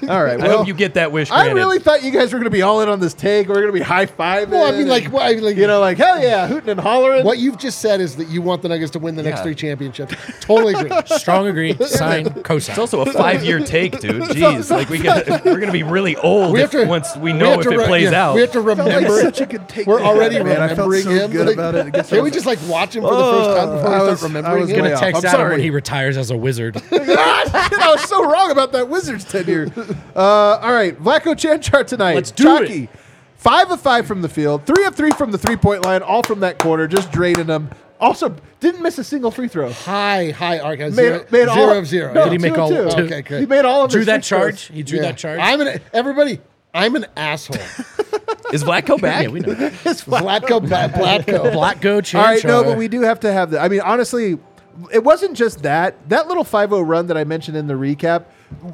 All right, I well, hope you get that wish. I granted. really thought you guys were going to be all in on this take. We're going to be high five. Well, I mean, like, well, I mean, like, you know, like hell yeah, hooting and hollering. what you've just said is that you want the Nuggets to win the next Yeah. three championships. Totally agree. Strong agree, sign, cosign. It's also a five-year take, dude. Jeez, like we got, we're gonna be really old We if- have to- once we we know have if to it re- plays yeah, out. We have to Felt like remember. such a good take. We're already Man, I felt remembering so him. good Like, about it. I guess I Can we was- just like watch him for the first time before I we was- I start remembering was him? gonna gonna text I'm Adam sorry. when he retires as a wizard. I was so wrong about that Wizards tenure. Uh, all right, Vlaco Chanchar tonight. Let's do Chalky. Five of five from the field, three of three from the three point line, all from that quarter, just draining them. Also, didn't miss a single free throw. High, high arc. Zero, zero of zero. No, Did he two make of all- two. two? Okay, good. He made all of drew his that free throws. charge. He drew Yeah. that charge. I'm an everybody. I'm an asshole. Is Vlatko back? yeah, we know. His flat- Vlatko, Bla- Vlatko. Black go change. All right, no, but we do have to have that. I mean, honestly, it wasn't just that. That little 5 run that I mentioned in the recap,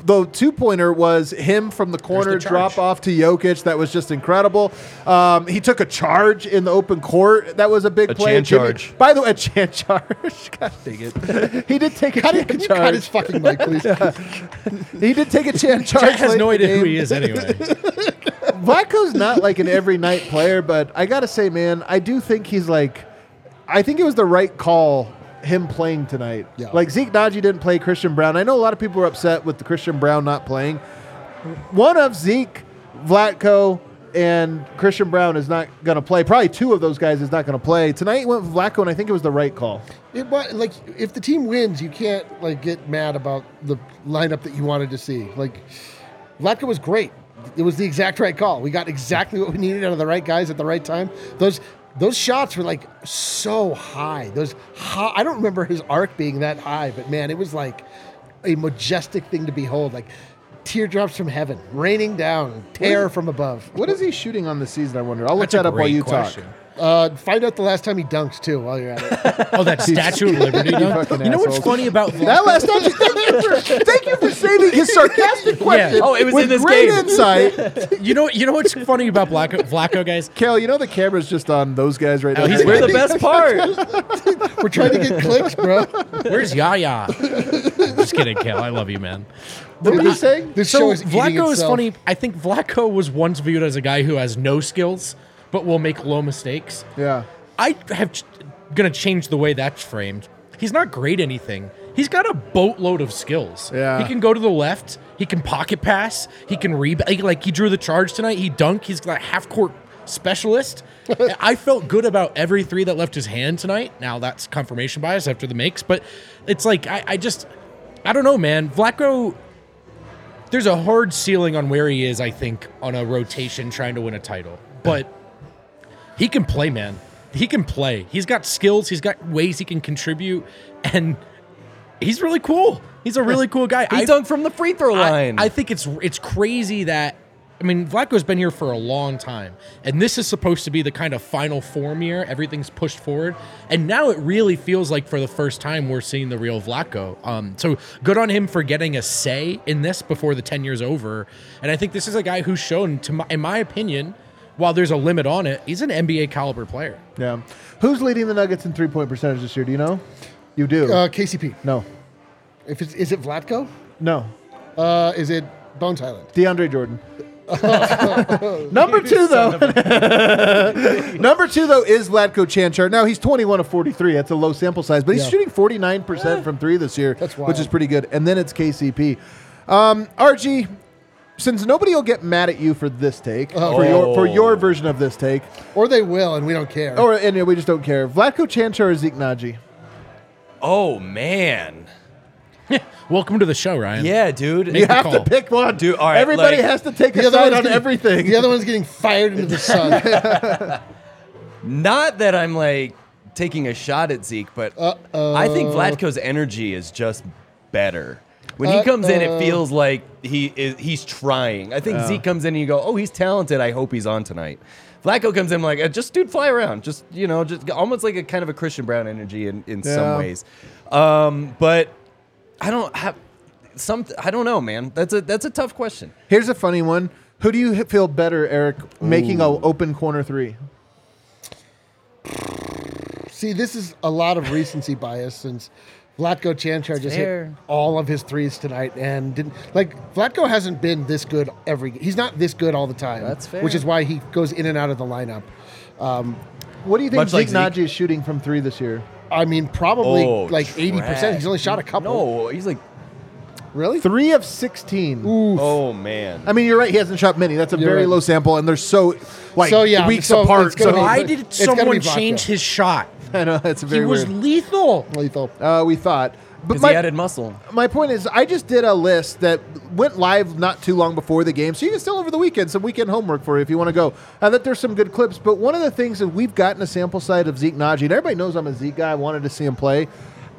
the two pointer was him from the corner the charge. drop off to Jokic. That was just incredible. Um, he took a charge in the open court. That was a big A play. Chan Jimmy- charge. By the way, a Chan charge. God dang it. he did take a Cut Chan it, can you charge. cut his fucking mic, please? He did take a Chan charge. Jack has late no in the idea who game. he is anyway. Blacko's not like an every night player, but I gotta say, man, I do think he's like, I think it was the right call him playing tonight. Yeah. Like Zeke Naji didn't play Christian Brown. I know a lot of people were upset with the Christian Brown not playing. One of Zeke, Vlatko, and Christian Brown is not gonna play. Probably two of those guys is not gonna play tonight. Went with Vlatko, and I think it was the right call. It was like if the team wins, you can't like get mad about the lineup that you wanted to see. Like Latka was great. It was the exact right call. We got exactly what we needed out of the right guys at the right time. Those those shots were like so high. Those high, I don't remember his arc being that high, but man, it was like a majestic thing to behold. Like teardrops from heaven, raining down, tear from above. What is he shooting on the season? I wonder. I'll look That's a that up while great you question. talk. Uh, find out the last time he dunked too. While you're at it. Oh, that Statue of Liberty. You dunk? fucking you know what's assholes. funny about That last thank you, for, thank you for saving his sarcastic question. Oh, it was with in this great game. insight. you know you know what's funny about Blacko, Blacko guys? Kel, you know the camera's just on those guys Oh, right now. he's- We're the best part. We're trying to get clicks, bro. Where's Yaya? I'm just kidding, Kel. I love you, man. what were you saying? This So show is eating Vlaco is itself. funny. I think Vlaco was once viewed as a guy who has no skills but will make low mistakes. Yeah. I have ch- gonna change the way that's framed. He's not great at anything. He's got a boatload of skills. Yeah. He can go to the left. He can pocket pass. He can rebound. Like he drew the charge tonight. He dunked. He's got a half court specialist. I felt good about every three that left his hand tonight. Now that's confirmation bias after the makes, but it's like I, I just I don't know, man. Vlaco there's a hard ceiling on where he is, I think, on a rotation trying to win a title. But he can play, man. He can play. He's got skills, he's got ways he can contribute, and he's really cool. He's a really cool guy. He I- dunked from the free throw I- line. I, think it's it's crazy that I mean Vlatko's been here for a long time, and this is supposed to be the kind of final form year. Everything's pushed forward, and now it really feels like for the first time we're seeing the real Vlatko. Um, so good on him for getting a say in this before the ten years over. And I think this is a guy who's shown, to my, in my opinion, while there's a limit on it, he's an NBA caliber player. Yeah. Who's leading the Nuggets in three point percentage this year? Do you know? You do. Uh, KCP. no. If it's, is it Vlatko? No. Uh, is it Bones Island? DeAndre Jordan. Number two, though. Number two, though, is Latko Chanchar. Now, he's 21 of 43. That's a low sample size, but he's Yeah. shooting 49% from three this year, That's which is wild. pretty good. And then it's KCP. Um, RG, since nobody will get mad at you for this take, for, your, Oh. for your version of this take, Or they will, and we don't care. Oh, or and we just don't care, Vlatko Chanchar or Zeke Naji? oh man. Welcome to the show, Ryan. Yeah, dude. You the have to call. pick one. Dude, all right, Everybody like- has to take the a other side one's on getting- everything. The other one's getting fired into the sun. Not that I'm like taking a shot at Zeke, but Uh-oh. I think Vladko's energy is just better. When he comes in, Uh-oh. it feels like he is he's trying. I think Zeke comes in and you go, "Oh, he's talented. I hope he's on tonight." Vlatko comes in like, "Uh, "Just dude, fly around. Just you know, just almost like a kind of a Christian Brown energy in, in Yeah. some ways." Um, but I don't have some. I don't know, man. That's a that's a tough question. Here's a funny one. Who do you h- feel better, Eric, making a open corner three? See, this is a lot of recency bias since Vlatko Chanchar just hit fair. all of his threes tonight and didn't like Vlatko hasn't been this good every. He's not this good all the time. That's fair. Which is why he goes in and out of the lineup. What do you think Much like Zeke Zeke. Naji is shooting from three this year? I mean, probably Oh, like eighty trash. percent. He's only shot a couple. No, he's like, really? Three of sixteen. "Oh man." I mean, you're right. He hasn't shot many. That's a You're very right. low sample, and they're so like So, yeah, weeks so apart. it's gonna So be- Why It's- did it's gotta be someone Vlatko. change his shot? I know that's He very was weird. lethal. Lethal. uh, we thought, but Because he my, added muscle. my point is, I just did a list that went live not too long before the game, so you can still over the weekend some weekend homework for you if you want to go. And that there's some good clips, but one of the things that we've gotten a sample side of Zeke Naji, and everybody knows I'm a Zeke guy. I wanted to see him play.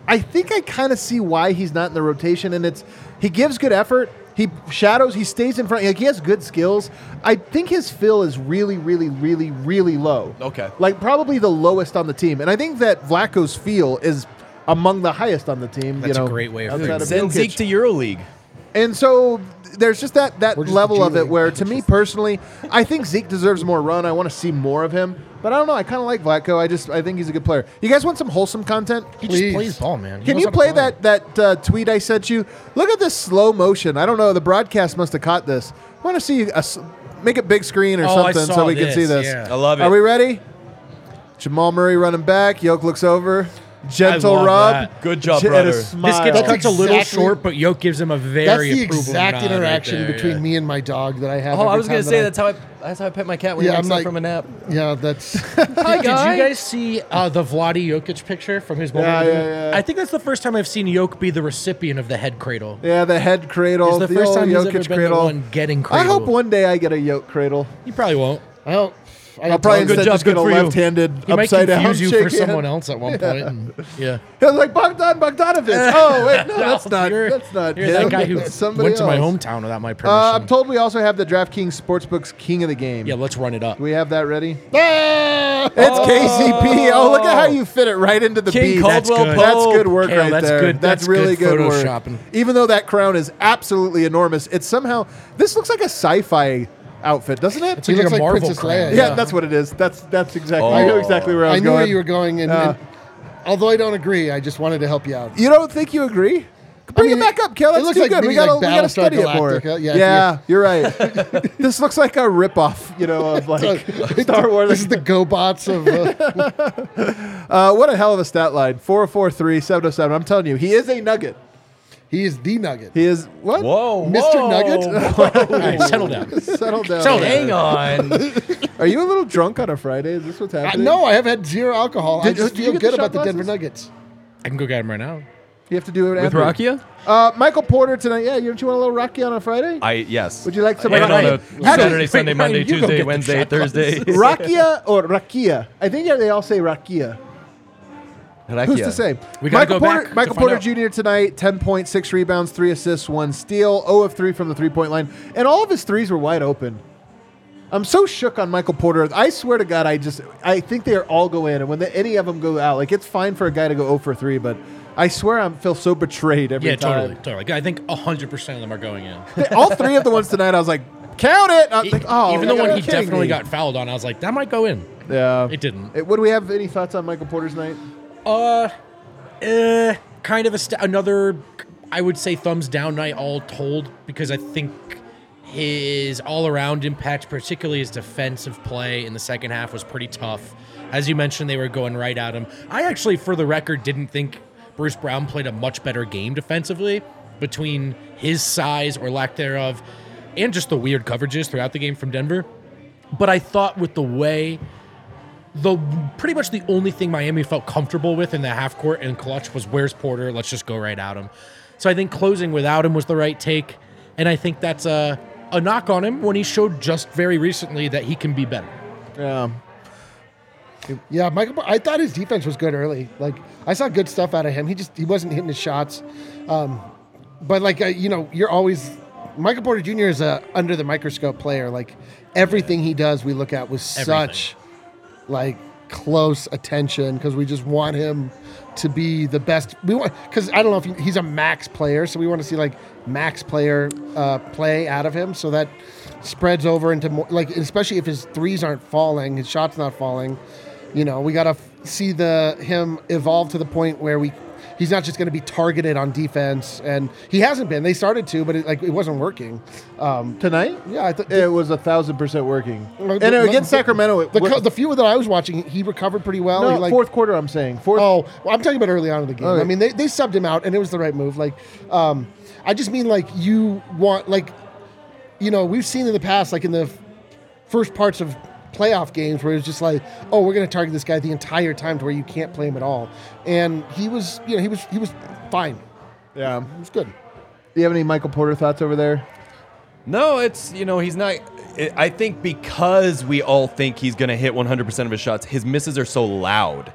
I think I kind of see why he's not in the rotation, and it's he gives good effort. He shadows. He stays in front. Like he has good skills. I think his fill is really, really, really, really low. Okay. Like probably the lowest on the team, and I think that Vlaco's feel is among the highest on the team. That's a you know, great way of outside putting it. Send Jokic. Zeke to EuroLeague. And so there's just that that We're just level the of it G-League. where, to me personally, I think Zeke deserves more run. I want to see more of him, but I don't know. I kind of like Vlatko. I just I think he's a good player. You guys want some wholesome content? He just Please. plays ball, man. He Can knows you how to play that that uh, tweet I sent you? Look at this slow motion. I don't know. The broadcast must have caught this. I want to see a s- make it big screen or Oh, I something so saw we can see this, this. yeah. I love it. Are we ready? Jamal Murray running back. Yoke looks over. I Gentle love rub. that. Good job, J- And brother. a This smile. This gets That's cuts a little exactly- short, but Yoke gives him a very That's the approval exact nod right interaction there, between yeah. me and my dog that I have. Oh, I every was gonna time say that that's how I that's how I pet my cat when Yeah, he I'm wakes up like- from a nap. I- Yeah, that's. Hey, did you guys see uh, the Vladi Jokic picture from his moment? Yeah, of the- yeah, yeah. I think that's the first time I've seen Yoke be the recipient of the head cradle. Yeah, the head cradle. It's the first old time he's ever Jokic been the cradle. one getting I hope cradled. one day I get a yoke cradle. You probably won't. I don't. I I'll probably Good instead job, just get good a for you. left-handed He might upside down confuse you for shake someone hand. else at one point. and- yeah. It was like Bogdan Bogdanovich. oh wait, no, that's not. You're- That's not You're him. that guy who That's somebody went to my else. hometown without my permission. Uh, I'm told we also have the DraftKings Sportsbook's King of the Game. yeah, let's run it up. Do we have that ready? It's KCP. Oh, look at how you fit it right into the King beat. Caldwell good. Pope. That's good work Kale, right that's there. good- That's, that's really good good, work. photoshopping. Even though that crown is absolutely enormous, it's somehow this looks like a sci-fi outfit, doesn't it? It's He like looks a like Marvel Princess crown. Leia. yeah, that's what it is. That's that's exactly. I knew Oh. exactly where I I, was knew going. where you were going, and, Uh, and although I don't agree, I just wanted to help you out. You don't think you agree? Bring it mean, back up, Kel. it That's looks too like- good. We maybe gotta, like we gotta Battlestar study it more. Galactica. Yeah, Yeah, yeah. you're right. this looks like a ripoff, you know, of like Star Wars. This is the GoBots of. Uh, Uh, what a hell of a stat line. 443, 707. I'm telling you, he is a nugget. he is the Nugget. He is what? Whoa, Mr. whoa, Nugget? All right, settle down. Settle down. Settle down. Hang on. Are you a little drunk on a Friday? Is this what's I, happening? no, I have had zero alcohol. Did- I just did you feel get the good shot about the Denver glasses? Nuggets. I can go get him right now. You have to do it With after. Rakia? Uh, Michael Porter tonight. Yeah, you don't you want a little Rocky on a Friday? I yes. Would you like some And Rakia? on a How do- Saturday, wait, Sunday, Ryan, Monday, you go get Tuesday, the Wednesday, shot glasses. Thursday. Rakia or Rakia? I think they all say Rakia. Who's to say? We gotta Michael go Porter, back Michael to find Porter Jr. out. tonight, 10 points, 6 rebounds, 3 assists, 1 steal, 0 of 3 from the three-point line. And all of his threes were wide open. I'm so shook on Michael Porter. I swear to God, I just I think they are all go in, and when the, any of them go out, like it's fine for a guy to go 0 for 3, but I swear I am feel so betrayed every Yeah, time. totally, totally. I think hundred percent of them are going in. They- all three of the ones tonight, I was like, count it. I was like, oh, E Even the you're one he kidding me. definitely got fouled on, I was like, that might go in. Yeah, It didn't. It- would we have any thoughts on Michael Porter's night? Uh, eh, kind of a st- another, I would say, thumbs down night all told because I think his all around impact, particularly his defensive play in the second half, was pretty tough. As you mentioned, they were going right at him. I actually, for the record, didn't think Bruce Brown played a much better game defensively between his size or lack thereof and just the weird coverages throughout the game from Denver. But I thought with the way the pretty much the only thing Miami felt comfortable with in the half court and clutch was where's Porter? Let's just go right at him. So I think closing without him was the right take, and I think that's a a knock on him when he showed just very recently that he can be better. Yeah. Yeah, Michael. Por- I thought his defense was good early. Like I saw good stuff out of him. He just he wasn't hitting his shots, um, but like uh, you know, you're always Michael Porter Jr. is a under the microscope player. Like everything he does, we look at with such like close attention because we just want him to be the best. We want because I don't know if he, he's a max player, so we want to see like max player uh, play out of him. So that spreads over into more like especially if his threes aren't falling, his shots not falling. You know, we gotta f- see the him evolve to the point where we. He's not just going to be targeted on defense, and he hasn't been. They started to, but it, like it wasn't working. Um, Tonight? yeah, I thought It was a thousand percent working. Well, And the- uh, the- against Sacramento, it the, wa- co- the few that I was watching, he recovered pretty well. no, he, like, fourth quarter. I'm saying fourth. Oh, well, I'm talking about early on in the game. Okay. I mean, they, they subbed him out, and it was the right move. Like, um, I just mean like you want like, you know, we've seen in the past, like in the f- first parts of playoff games, where it was just like, oh, we're going to target this guy the entire time to where you can't play him at all, and he was, you know, he was he was fine. Yeah. It was good. Do you have any Michael Porter thoughts over there? No, it's you know he's not. I- I think because we all think he's going to hit 100% of his shots, his misses are so loud,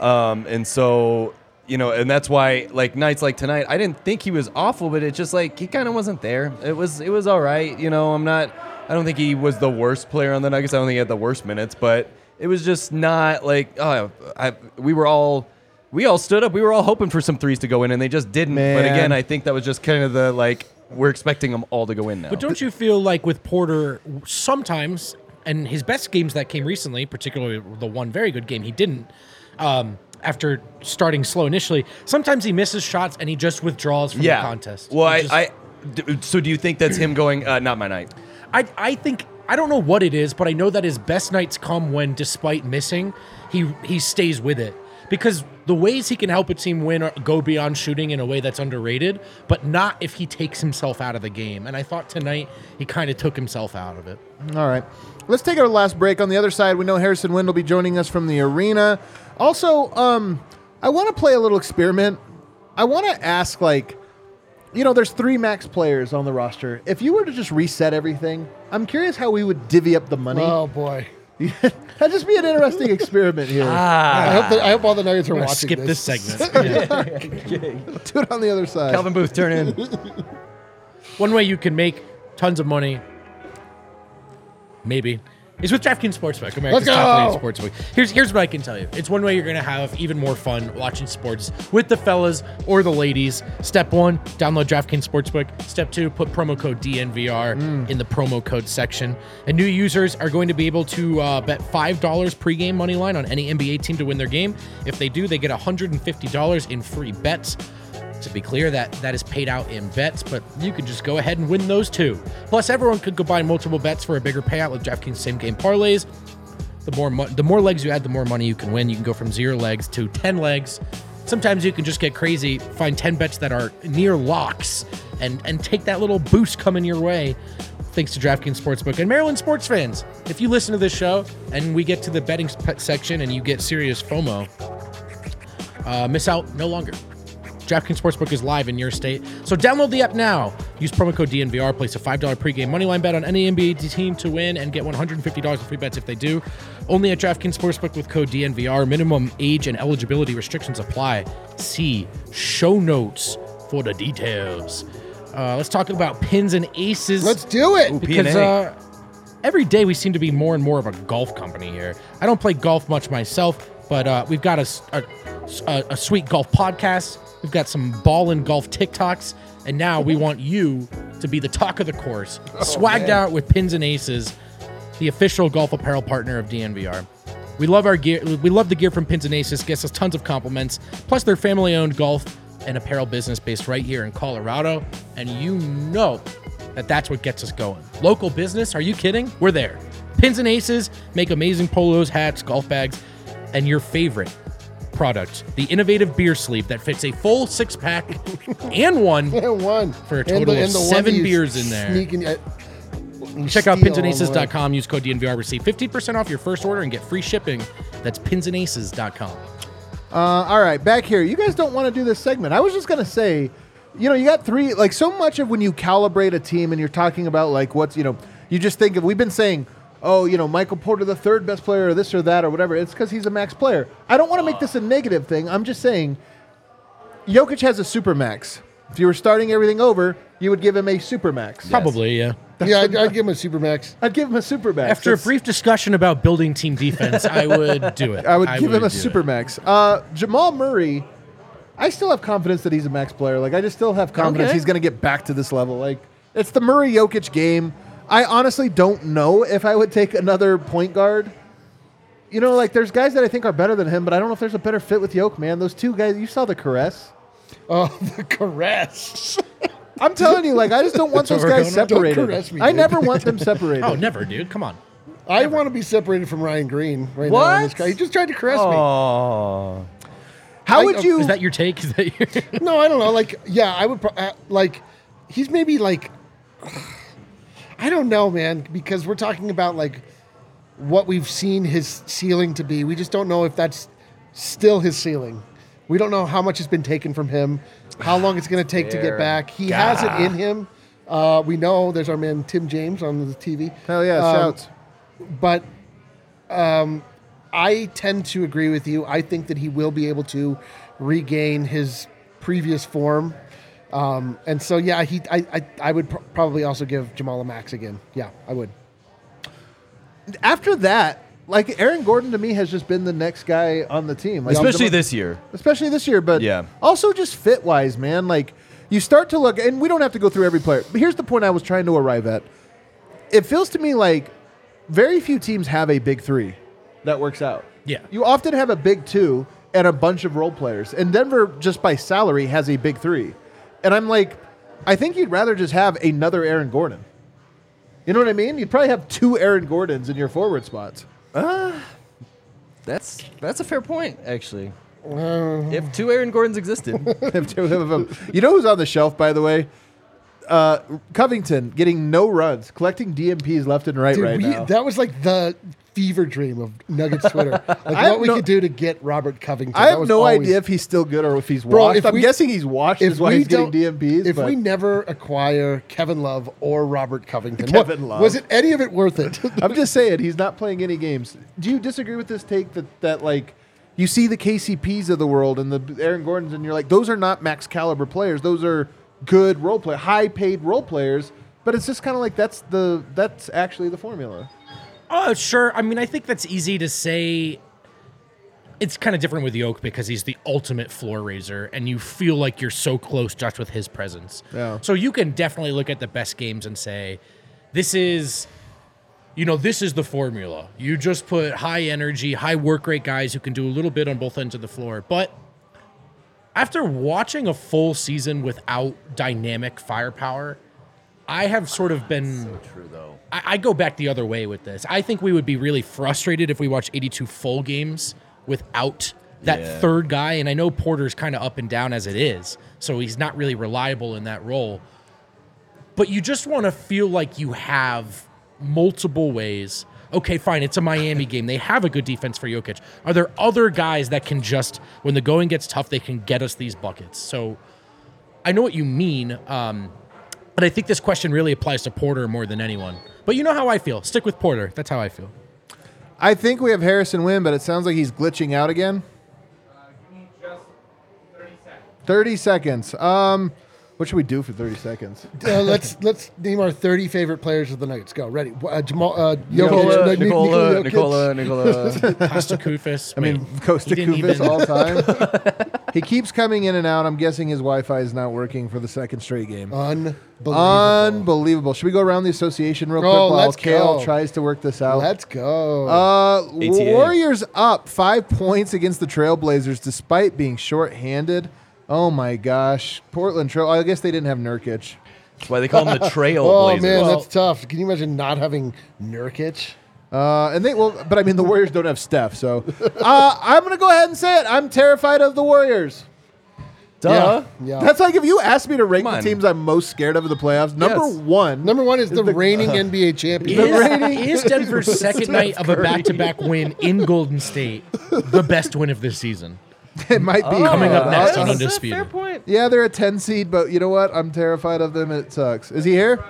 um, and so you know, and that's why like nights like tonight, I didn't think he was awful, but it just like he kind of wasn't there. It was it was all right. You know, I'm not. I don't think he was the worst player on the Nuggets. I don't think he had the worst minutes, but it was just not like oh, I, we were all we all stood up. We were all hoping for some threes to go in, and they just didn't. But Man. again, I think that was just kind of the like we're expecting them all to go in now. But don't you feel like with Porter sometimes, and his best games that came recently, particularly the one very good game he didn't, um, after starting slow initially, sometimes he misses shots and he just withdraws from yeah. the contest. Well, He I, just- I d- so do you think that's him going? Uh, not my night. I, I think I don't know what it is, but I know that his best nights come when, despite missing, he he stays with it because the ways he can help a team win are, go beyond shooting in a way that's underrated, but not if he takes himself out of the game. And I thought tonight he kind of took himself out of it. All right. Let's take our last break. On the other side, we know Harrison Wind will be joining us from the arena. Also, um, I want to play a little experiment. I want to ask, like, you know, there's three max players on the roster. If you were to just reset everything, I'm curious how we would divvy up the money. Oh boy. That'd just be an interesting experiment here. I hope that, I hope all the Nuggets are I'm gonna watching. skip this this segment. Do it on the other side. Calvin Booth, turn in. One way you can make tons of money, maybe, is with DraftKings Sportsbook, Let's America's top go! rated sportsbook. Here's here's what I can tell you. It's one way you're gonna have even more fun watching sports with the fellas or the ladies. Step one, download DraftKings Sportsbook. Step two, put promo code DNVR in the promo code section. And new users are going to be able to uh, bet five dollars pregame money line on any NBA team to win their game. If they do, they get $150 in free bets. To be clear, that that is paid out in bets, but you can just go ahead and win those too. Plus, everyone could combine multiple bets for a bigger payout with DraftKings same game parlays. The more mo- the more legs you add, the more money you can win. You can go from zero legs to ten legs. Sometimes you can just get crazy, find ten bets that are near locks, and and take that little boost coming your way. Thanks to DraftKings Sportsbook and Maryland sports fans. If you listen to this show and we get to the betting sp- section and you get serious FOMO, uh, miss out no longer. DraftKings Sportsbook is live in your state, so download the app now. Use promo code DNVR. Place a five dollar pregame moneyline bet on any NBA team to win and get one hundred and fifty dollars in free bets if they do. Only at DraftKings Sportsbook with code DNVR. Minimum age and eligibility restrictions apply. See show notes for the details. Uh, let's talk about pins and aces Let's do it. because P&A. uh, every day we seem to be more and more of a golf company here. I don't play golf much myself, but uh, we've got a, s- a- a- a sweet golf podcast. We've got some ball and golf TikToks, and now we want you to be the talk of the course, swagged out with pins and aces, the official golf apparel partner of DNVR. We love our gear. We love the gear from Pins and Aces. Gets us tons of compliments. Plus, their family-owned golf and apparel business based right here in Colorado. And you know that that's what gets us going. Local business? Are you kidding? We're there. Pins and Aces make amazing polos, hats, golf bags, and your favorite product, the innovative beer sleeve that fits a full six pack and one And one For a total of one seven that you beers in there. sneak in- uh, you Check out steal on the way. pinsandaces.com. Use code DNVR. Receive 15% off your first order and get free shipping. That's pinsandaces.com. Uh, all right, back here. You guys don't want to do this segment. I was just gonna say, you know, you got three. Like so much of when you calibrate a team and you're talking about like what's you know, you just think of. We've been saying, oh, you know, Michael Porter the third best player, or this or that, or whatever. It's because he's a max player. I don't want to make this a negative thing. I'm just saying, Jokic has a super max. If you were starting everything over, you would give him a super max. Probably, yeah. Yeah, I'd, I'd give him a supermax. I'd give him a super max. After a brief discussion about building team defense, I would do it. I would give him a do super it. max. Uh, Jamal Murray, I still have confidence that he's a max player. Like I just still have confidence Okay. he's going to get back to this level. Like it's the Murray Jokic game. I honestly don't know if I would take another point guard. You know, like there's guys that I think are better than him, but I don't know if there's a better fit with Yoke, man. Those two guys, you saw the caress. Oh, the caress. I'm telling you, like I just don't want those guys Don't separated. caress me, I dude. never want them separated. Oh, never, dude. Come on. I want to be separated from Ryan Green right now. What? on this guy. He just tried to caress Oh, How would you? Is that your take? Is that your me. No, I don't know. Like, yeah, I would. Pro- uh, like, he's maybe like, I don't know, man, because we're talking about like what we've seen his ceiling to be. We just don't know if that's still his ceiling. We don't know how much has been taken from him, how long it's going to take to get back. He has it in him. Uh, we know there's our man Tim James on the TV. Hell yeah! Um, shouts. but um, I tend to agree with you. I think that he will be able to regain his previous form. Um, and so, yeah, he, I, I, I would pr- probably also give Jamal a max again. Yeah, I would. after that, like Aaron Gordon to me has just been the next guy on the team, like, especially I'm- this year. especially this year. But Yeah. also just fit wise, man. Like you start to look, and we don't have to go through every player. But here's the point I was trying to arrive at. It feels to me like very few teams have a big three that works out. Yeah. you often have a big two and a bunch of role players, and Denver just by salary has a big three. And I'm like, I think you'd rather just have another Aaron Gordon. You know what I mean? You'd probably have two Aaron Gordons in your forward spots. That's that's a fair point, actually. if two Aaron Gordons existed, Have two of them. You know who's on the shelf, by the way? Uh, Covington getting no runs, collecting DMPs left and right Dude, right we- now. that was like the fever dream of Nuggets Twitter. Like have what we no- could do to get Robert Covington. I That have was no always- idea if he's still good or if he's Bro, washed. if I'm we- guessing he's washed is why he's getting don't- DMPs. If but- we never acquire Kevin Love or Robert Covington, Kevin wa- Love. was it any of it worth it? I'm just saying he's not playing any games. Do you disagree with this take that that like you see the KCPs of the world and the Aaron Gordons and you're like those are not max caliber players. Those are good role play, high paid role players. But it's just kind of like that's the that's actually the formula. Oh, sure. I mean, I think that's easy to say. It's kind of different with Yoke because he's the ultimate floor raiser, and you feel like you're so close just with his presence. Yeah. So you can definitely look at the best games and say, this is, you know, this is the formula. You just put high energy, high work rate guys who can do a little bit on both ends of the floor. But after watching a full season without dynamic firepower, I have sort of been. I, I go back the other way with this. I think we would be really frustrated if we watched 82 full games without that Yeah. third guy. And I know Porter's kind of up and down as it is, so he's not really reliable in that role. But you just want to feel like you have multiple ways. Okay, fine. It's a Miami game. They have a good defense for Jokic. Are there other guys that can just, when the going gets tough, they can get us these buckets? So I know what you mean. Um, but I think this question really applies to Porter more than anyone. But you know how I feel. Stick with Porter. That's how I feel. I think we have Harrison Wynn, but it sounds like he's glitching out again. Uh, Thirty seconds. Um, what should we do for thirty seconds? Uh, let's let's name our 30 favorite players of the Nuggets. Go ready. Uh, Jamal, uh, Nikola- Jokic, Ni- Ni- Nicola, Nikola Jokic. Nicola, Nicola. Costa Kufis. I mean, Costa Cubas all time. he keeps coming in and out. I'm guessing his Wi-Fi is not working for the second straight game. Unbelievable. Unbelievable. Should we go around the association real quick Oh, while let's Kale go. tries to work this out? Let's go. Uh, ATA. Warriors up five points against the Trailblazers despite being shorthanded. Oh my gosh, Portland Trail. I guess they didn't have Nurkic. That's why they call him the Trail oh Blazers. man, Well- that's tough. Can you imagine not having Nurkic? Uh, and they well, but I mean the Warriors don't have Steph, so uh, I'm gonna go ahead and say it. I'm terrified of the Warriors. Duh. Yeah. That's like if you asked me to rank Come the on. teams I'm most scared of in the playoffs. Number Yes. one, Number one is the, reigning NBA champion. is, is Denver's second night of a back to back win in Golden State the best win of this season? it might Oh. be Coming up Uh, next on That's a Undisputed. point. Yeah, they're a 10 seed, but you know what? I'm terrified of them. and It sucks. Is he here?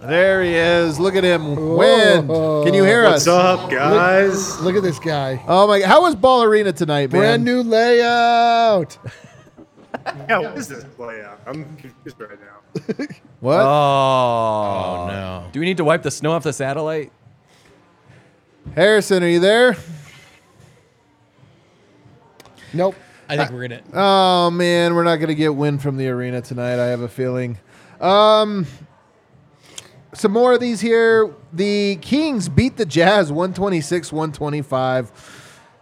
There he is. Look at him. Wind. Can you hear us? What's up, guys? Look at this guy. Oh my! How was Ball Arena tonight, man? Brand new layout. Yeah, what is this layout? I'm confused right now. What? Oh. no. Do we need to wipe the snow off the satellite? Harrison, are you there? Nope. I think we're going to. Oh man, we're not gonna get wind from the arena tonight. I have a feeling. Um, some more of these here. The Kings beat the Jazz 126-125.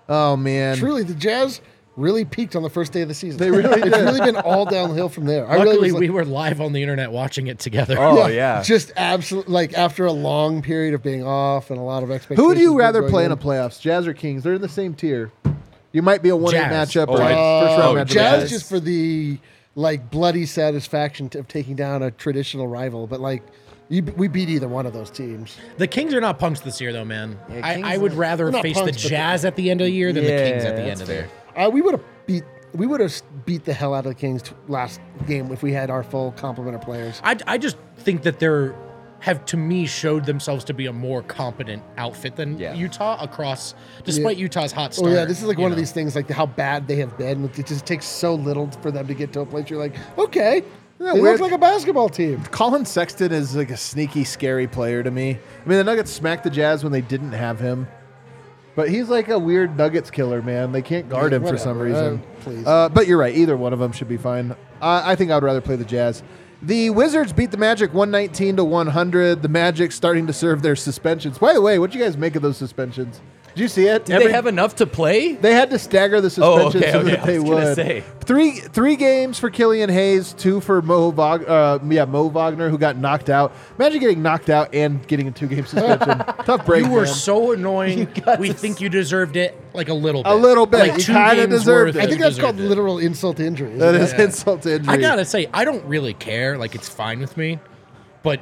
Oh man. Truly, the Jazz really peaked on the first day of the season. They really it's did. really been all downhill from there. I really Luckily, was like, we were live on the internet watching it together. Oh, yeah. Just absolutely like after a long period of being off and a lot of expectations. Who do you were rather going play in a playoffs? Jazz or Kings? They're in the same tier. You might be a one eight Jazz. matchup Oh, or a I- first round oh, matchup. Jazz Jazz. just for the like bloody satisfaction t- of taking down a traditional rival, but like you, we beat either one of those teams. The Kings are not punks this year, though, man. I, I would rather They're not face punks, the but- Jazz at the end of the year than Yeah, the Kings at the that's end of the year. Uh, we would have beat we would have beat the hell out of the Kings t- last game if we had our full complement of players. I, I just think that they're have to me showed themselves to be a more competent outfit than Yeah. Utah across, despite Utah's hot Oh start. yeah, this is like you one of know. these things, like how bad they have been. It just takes so little for them to get to a place you're like, okay, Isn't that They weird? look like a basketball team. Colin Sexton is like a sneaky, scary player to me. I mean, the Nuggets smacked the Jazz when they didn't have him, but he's like a weird Nuggets killer, man. They can't guard Yeah, him for some whatever. Uh, reason. please. Uh, but you're right. Either one of them should be fine. I I think I'd rather play the Jazz. The Wizards beat the Magic 119 to 100. The Magic starting to serve their suspensions. By the way, what do you guys make of those suspensions? Did you see it? Did Every- they have enough to play? They had to stagger the Oh, suspension okay, so okay, that I they was gonna would. say. Three three games for Killian Hayes, two for Mo Wag- uh, yeah, Mo Wagner, who got knocked out. Imagine getting knocked out and getting a two game suspension. Tough break. You were man. so annoying. We think you deserved it, like a little bit. A little bit. Like You two kinda games deserved worth it. I of think that's deserved called it. literal insult to injury. that isn't is it? insult to injury. I gotta say, I don't really care. Like it's fine with me, but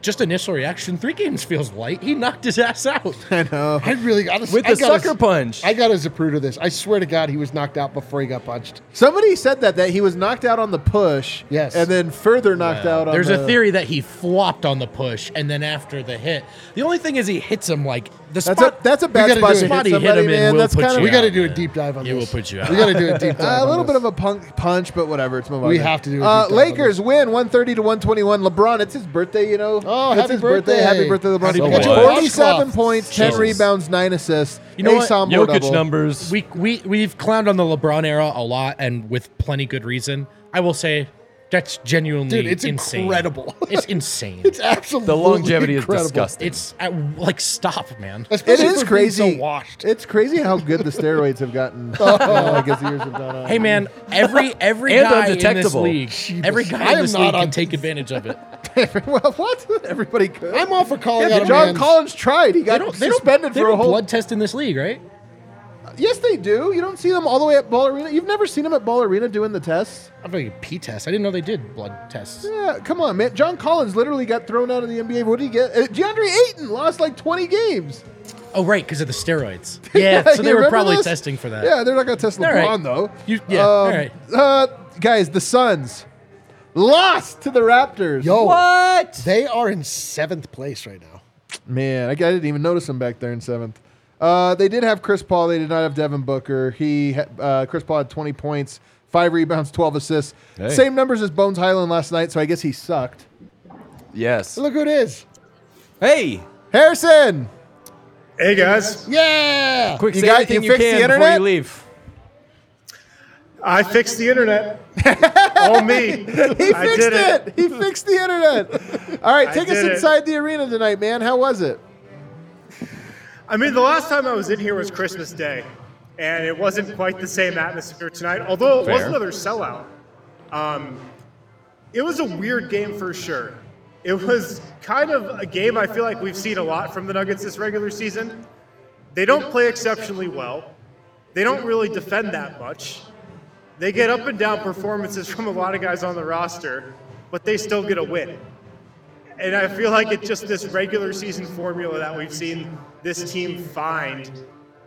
just initial reaction, three games feels light. He knocked his ass out. I really got With I the gotta- sucker punch. I got a Zapruder this. I swear to God, he was knocked out before he got punched. Somebody said that that he was knocked out on the push. Yes. and then further knocked out. on There's the, a theory that he flopped on the push, and then after the hit, the only thing is he hits him like the That's spot. a that's a bad spot to gotta do it. hit Somebody hit somebody, him and man. we'll that's put kind of you We Yeah, got to do a man. deep dive on Yeah, this. we'll put you out. We got to do a deep dive. Uh, a on little bit this. of a punk punch, but whatever. It's Milwaukee. We have to do a Uh, deep dive on Lakers win one thirty to one twenty one. LeBron, it's his birthday, you know. Oh, it's happy his birthday. Happy birthday, LeBron. Happy He birthday. got forty seven Washcloth. points, ten Jesus. rebounds, nine assists. You know what? Asamoah Jokic double. numbers. we we we've clowned on the LeBron era a lot, and with plenty good reason. I will say that's genuinely Dude, it's insane. incredible. It's insane. It's absolutely the longevity incredible. is disgusting. it's uh, like stop, man. It Especially is for being crazy. So washed. Oh. It's crazy how good the steroids have gotten. you know, like as the years have gone on. Hey man, every every And guy in this undetectable. league, every guy I in am this not league can on- take advantage of it. well, what? Everybody could. I'm all for calling yeah, out a John man. Collins tried. He got They don't they don't, suspended they for don't a whole. blood test in this league, right? Yes, they do. You don't see them all the way at Ball Arena. You've never seen them at Ball Arena doing the tests. I'm like a P test. I didn't know they did blood tests. Yeah, come on, man. John Collins literally got thrown out of the NBA. What did he get? Uh, DeAndre Ayton lost like 20 games. Oh right, because of the steroids. Yeah, you so they were remember probably this? testing for that. Yeah, they're not going to test All LeBron, right. though. You- yeah, all right. Uh, guys, the Suns lost to the Raptors. Yo, what? they are in seventh place right now. Man, I, I didn't even notice him back there in seventh. Uh, they did have Chris Paul. They did not have Devin Booker. He ha- uh, Chris Paul had 20 points, five rebounds, 12 assists. Hey. Same numbers as Bones Highland last night, so I guess he sucked. Yes. Look who it is. Hey, Harrison, Hey guys, Yeah. quick, You say got- you everything you, fixed the can before internet? you leave. I fixed the internet. All me. he I fixed did it. it. He fixed the internet. All right, I take us did it. inside the arena tonight, man. How was it? I mean, the last time I was in here was Christmas Day, and it wasn't quite the same atmosphere tonight, although it was Fair. another sellout. Um, it was a weird game for sure. It was kind of a game I feel like we've seen a lot from the Nuggets this regular season. They don't play exceptionally well, they don't really defend that much. They get up and down performances from a lot of guys on the roster, but they still get a win. And I feel like it's just this regular season formula that we've seen this team find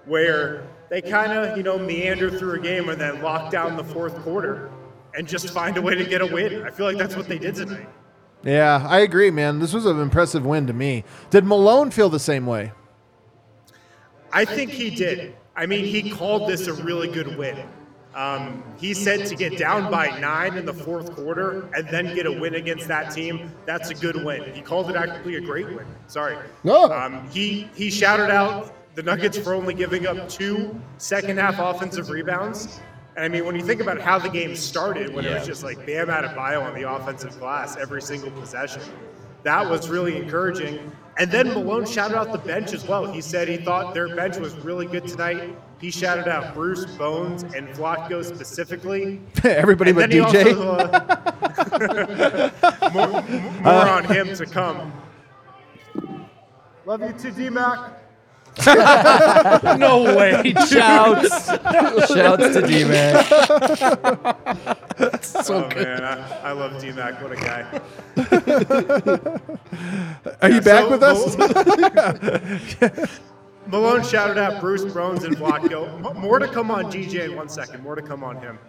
where they kind of, you know, meander through a game and then lock down the fourth quarter and just find a way to get a win. I feel like that's what they did tonight. Yeah, I agree, man. This was an impressive win to me. Did Malone feel the same way? I think he did. I mean, he called this a really good win. Um, he said to get down by nine in the fourth quarter and then get a win against that team. That's a good win. He called it actually a great win. Sorry. No. Um, he he shouted out the Nuggets for only giving up two second half offensive rebounds. And I mean, when you think about how the game started, when it was just like Bam Adebayo on the offensive glass every single possession, that was really encouraging. And then Malone shouted out the bench as well. He said he thought their bench was really good tonight. He shouted out Bruce Bones and Flacco specifically. Everybody And but then he DJ. also, uh, more, more on him to come. Love you too, D Mac. No way. Shouts. Shouts to D-Man. Oh man, I, I love D Mac. What a guy. Are you back with us? Malone shouted out Bruce Brones and Blocko. M- More to come on DJ in one second. More to come on him.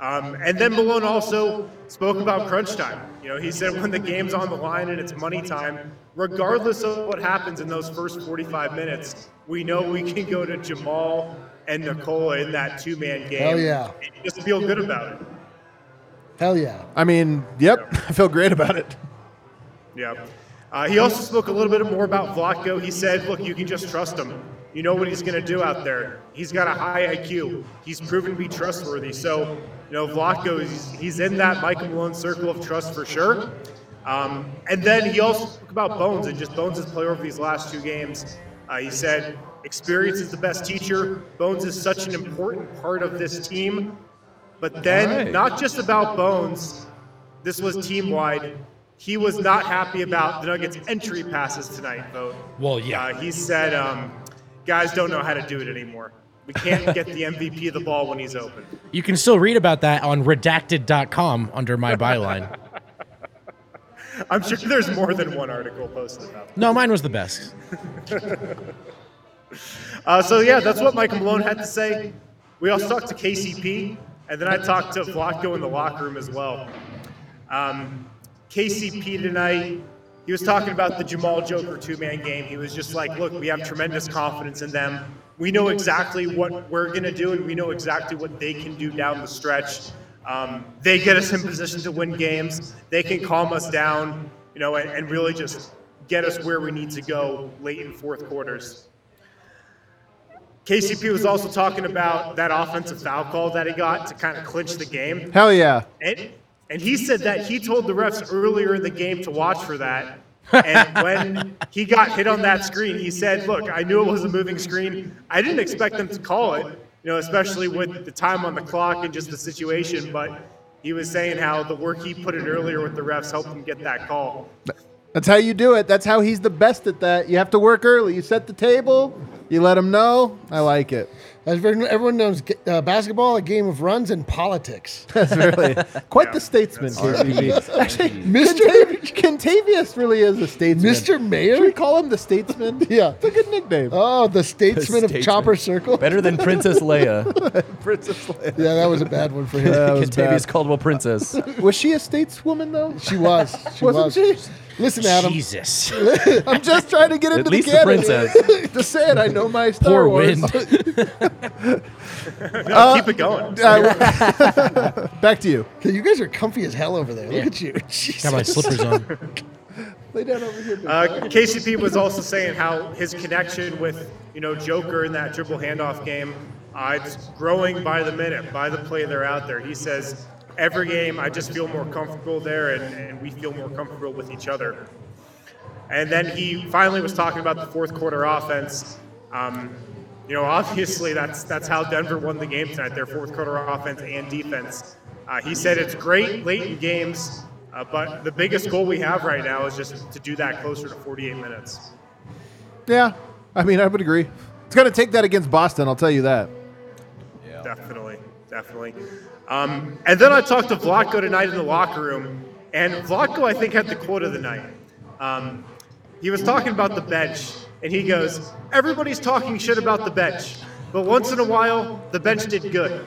Um, and then Malone also spoke about crunch time. You know, he said when the game's on the line and it's money time, regardless of what happens in those first 45 minutes, we know we can go to Jamal and Nicola in that two-man game. Hell yeah. And just feel good about it. Hell yeah. I mean, yep, I feel great about it. Yeah. Uh, he also spoke a little bit more about Vlatko. He said, look, you can just trust him. You know what he's going to do out there. He's got a high IQ. He's proven to be trustworthy. So, you know, Vlatko, he's, he's in that Michael Malone circle of trust for sure. Um, and then he also spoke about Bones and just Bones' play over these last two games. Uh, he said, experience is the best teacher. Bones is such an important part of this team. But then, not just about Bones, this was team wide. He was not happy about the Nuggets' entry passes tonight, though. Well, yeah. Uh, he said, um, guys don't know how to do it anymore. We can't get the MVP the ball when he's open. You can still read about that on redacted.com under my byline. I'm sure there's more than one article posted about that. No, mine was the best. Uh, so, yeah, that's what Michael Malone had to say. We also talked to KCP, and then I talked to Vlatko in the locker room as well. Um, KCP tonight, he was talking about the Jamal Joker two man game. He was just like, look, we have tremendous confidence in them. We know exactly what we're going to do, and we know exactly what they can do down the stretch. Um, they get us in position to win games. They can calm us down, you know, and, and really just get us where we need to go late in fourth quarters. KCP was also talking about that offensive foul call that he got to kind of clinch the game. Hell yeah. And, and he said that he told the refs earlier in the game to watch for that. and when he got hit on that screen, he said, Look, I knew it was a moving screen. I didn't expect them to call it, you know, especially with the time on the clock and just the situation. But he was saying how the work he put in earlier with the refs helped him get that call. That's how you do it. That's how he's the best at that. You have to work early. You set the table, you let him know. I like it. As everyone everyone knows, uh, basketball, a game of runs and politics. That's really quite the statesman, KCP. Actually, Mr. Contav- Contavious really is a statesman. Mr. Mayor? Should we call him the statesman? Yeah. It's a good nickname. Oh, the statesman, Statesman. of Chopper Circle. Better than Princess Leia. Princess Leia. Yeah, that was a bad one for him. That was Contavious bad. Caldwell Princess. Was she a stateswoman, though? She was. She Wasn't was. she? Listen, Adam. Jesus. I'm just trying to get into least the the canon. princess. just saying, I know my Star Poor Wars. wind. No, keep it going. Back to you. Hey, You guys are comfy as hell over there. Look at you. Jesus. Got my slippers on. Lay down over here. baby. Uh, KCP was also saying how his connection with you know Joker in that dribble handoff game, uh, it's growing by the minute, by the play they're out there. He says every game I just feel more comfortable there, and, and we feel more comfortable with each other. And then he finally was talking about the fourth quarter offense. Um, you know, obviously that's that's how Denver won the game tonight. Their fourth quarter offense and defense. Uh, he said it's great late in games, uh, but the biggest goal we have right now is just to do that closer to 48 minutes. yeah, I mean, I would agree. It's going to take that against Boston, I'll tell you that. Definitely, definitely. Um, and then I talked to Vlatko tonight in the locker room, and Vlatko I think had the quote of the night. Um, he was talking about the bench, and he goes, "Everybody's talking shit about the bench, but once in a while, the bench did good."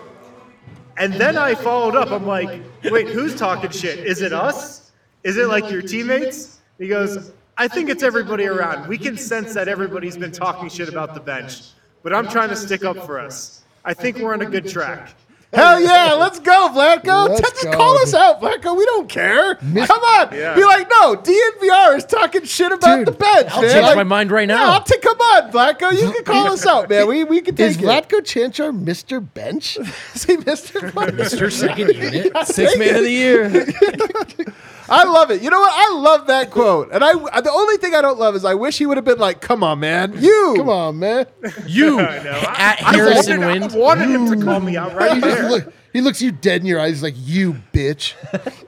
And then I followed up. I'm like, "Wait, who's talking shit? Is it us? Is it like your teammates?" He goes, "I think it's everybody around. We can sense that everybody's been talking shit about the bench, but I'm trying to stick up for us. I think we're on a good track." Hell yeah, let's go, Vlatko. Let's Just go. call us out, Vlatko. We don't care. Come on. Yeah. Be like, no, DNVR is talking shit about Dude, the bench, I'll man. change Like, my mind right yeah, now. I'll take- come on, Vlatko. You can call us out, man. We, we can take Is it. Vlatko Chanchar Mr. Bench? See, Mr. Vlatko? Mr. Second Unit. Six man of the year. I love it. You know what? I love that quote. And I the only thing I don't love is I wish he would have been like, "Come on, man. You. Come on, man. You No, at Harrison wanted, I Wind. wanted him to call me out right He, just there. look- he looks you dead in your eyes like, you bitch.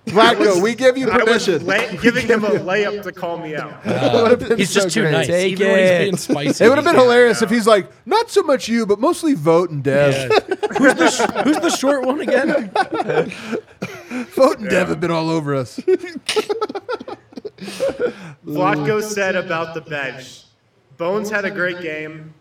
Vlatko, we give you I was permission." lay- giving him a layup to call me out. He's just too nice. Take Even when it. he's being spicy. It would have been hilarious if he's like, "Not so much you, but mostly vote and Dev. who's, the sh- who's the short one again? vote and Dev have been all over us." Vlatko said about the bench, Bones had a great game.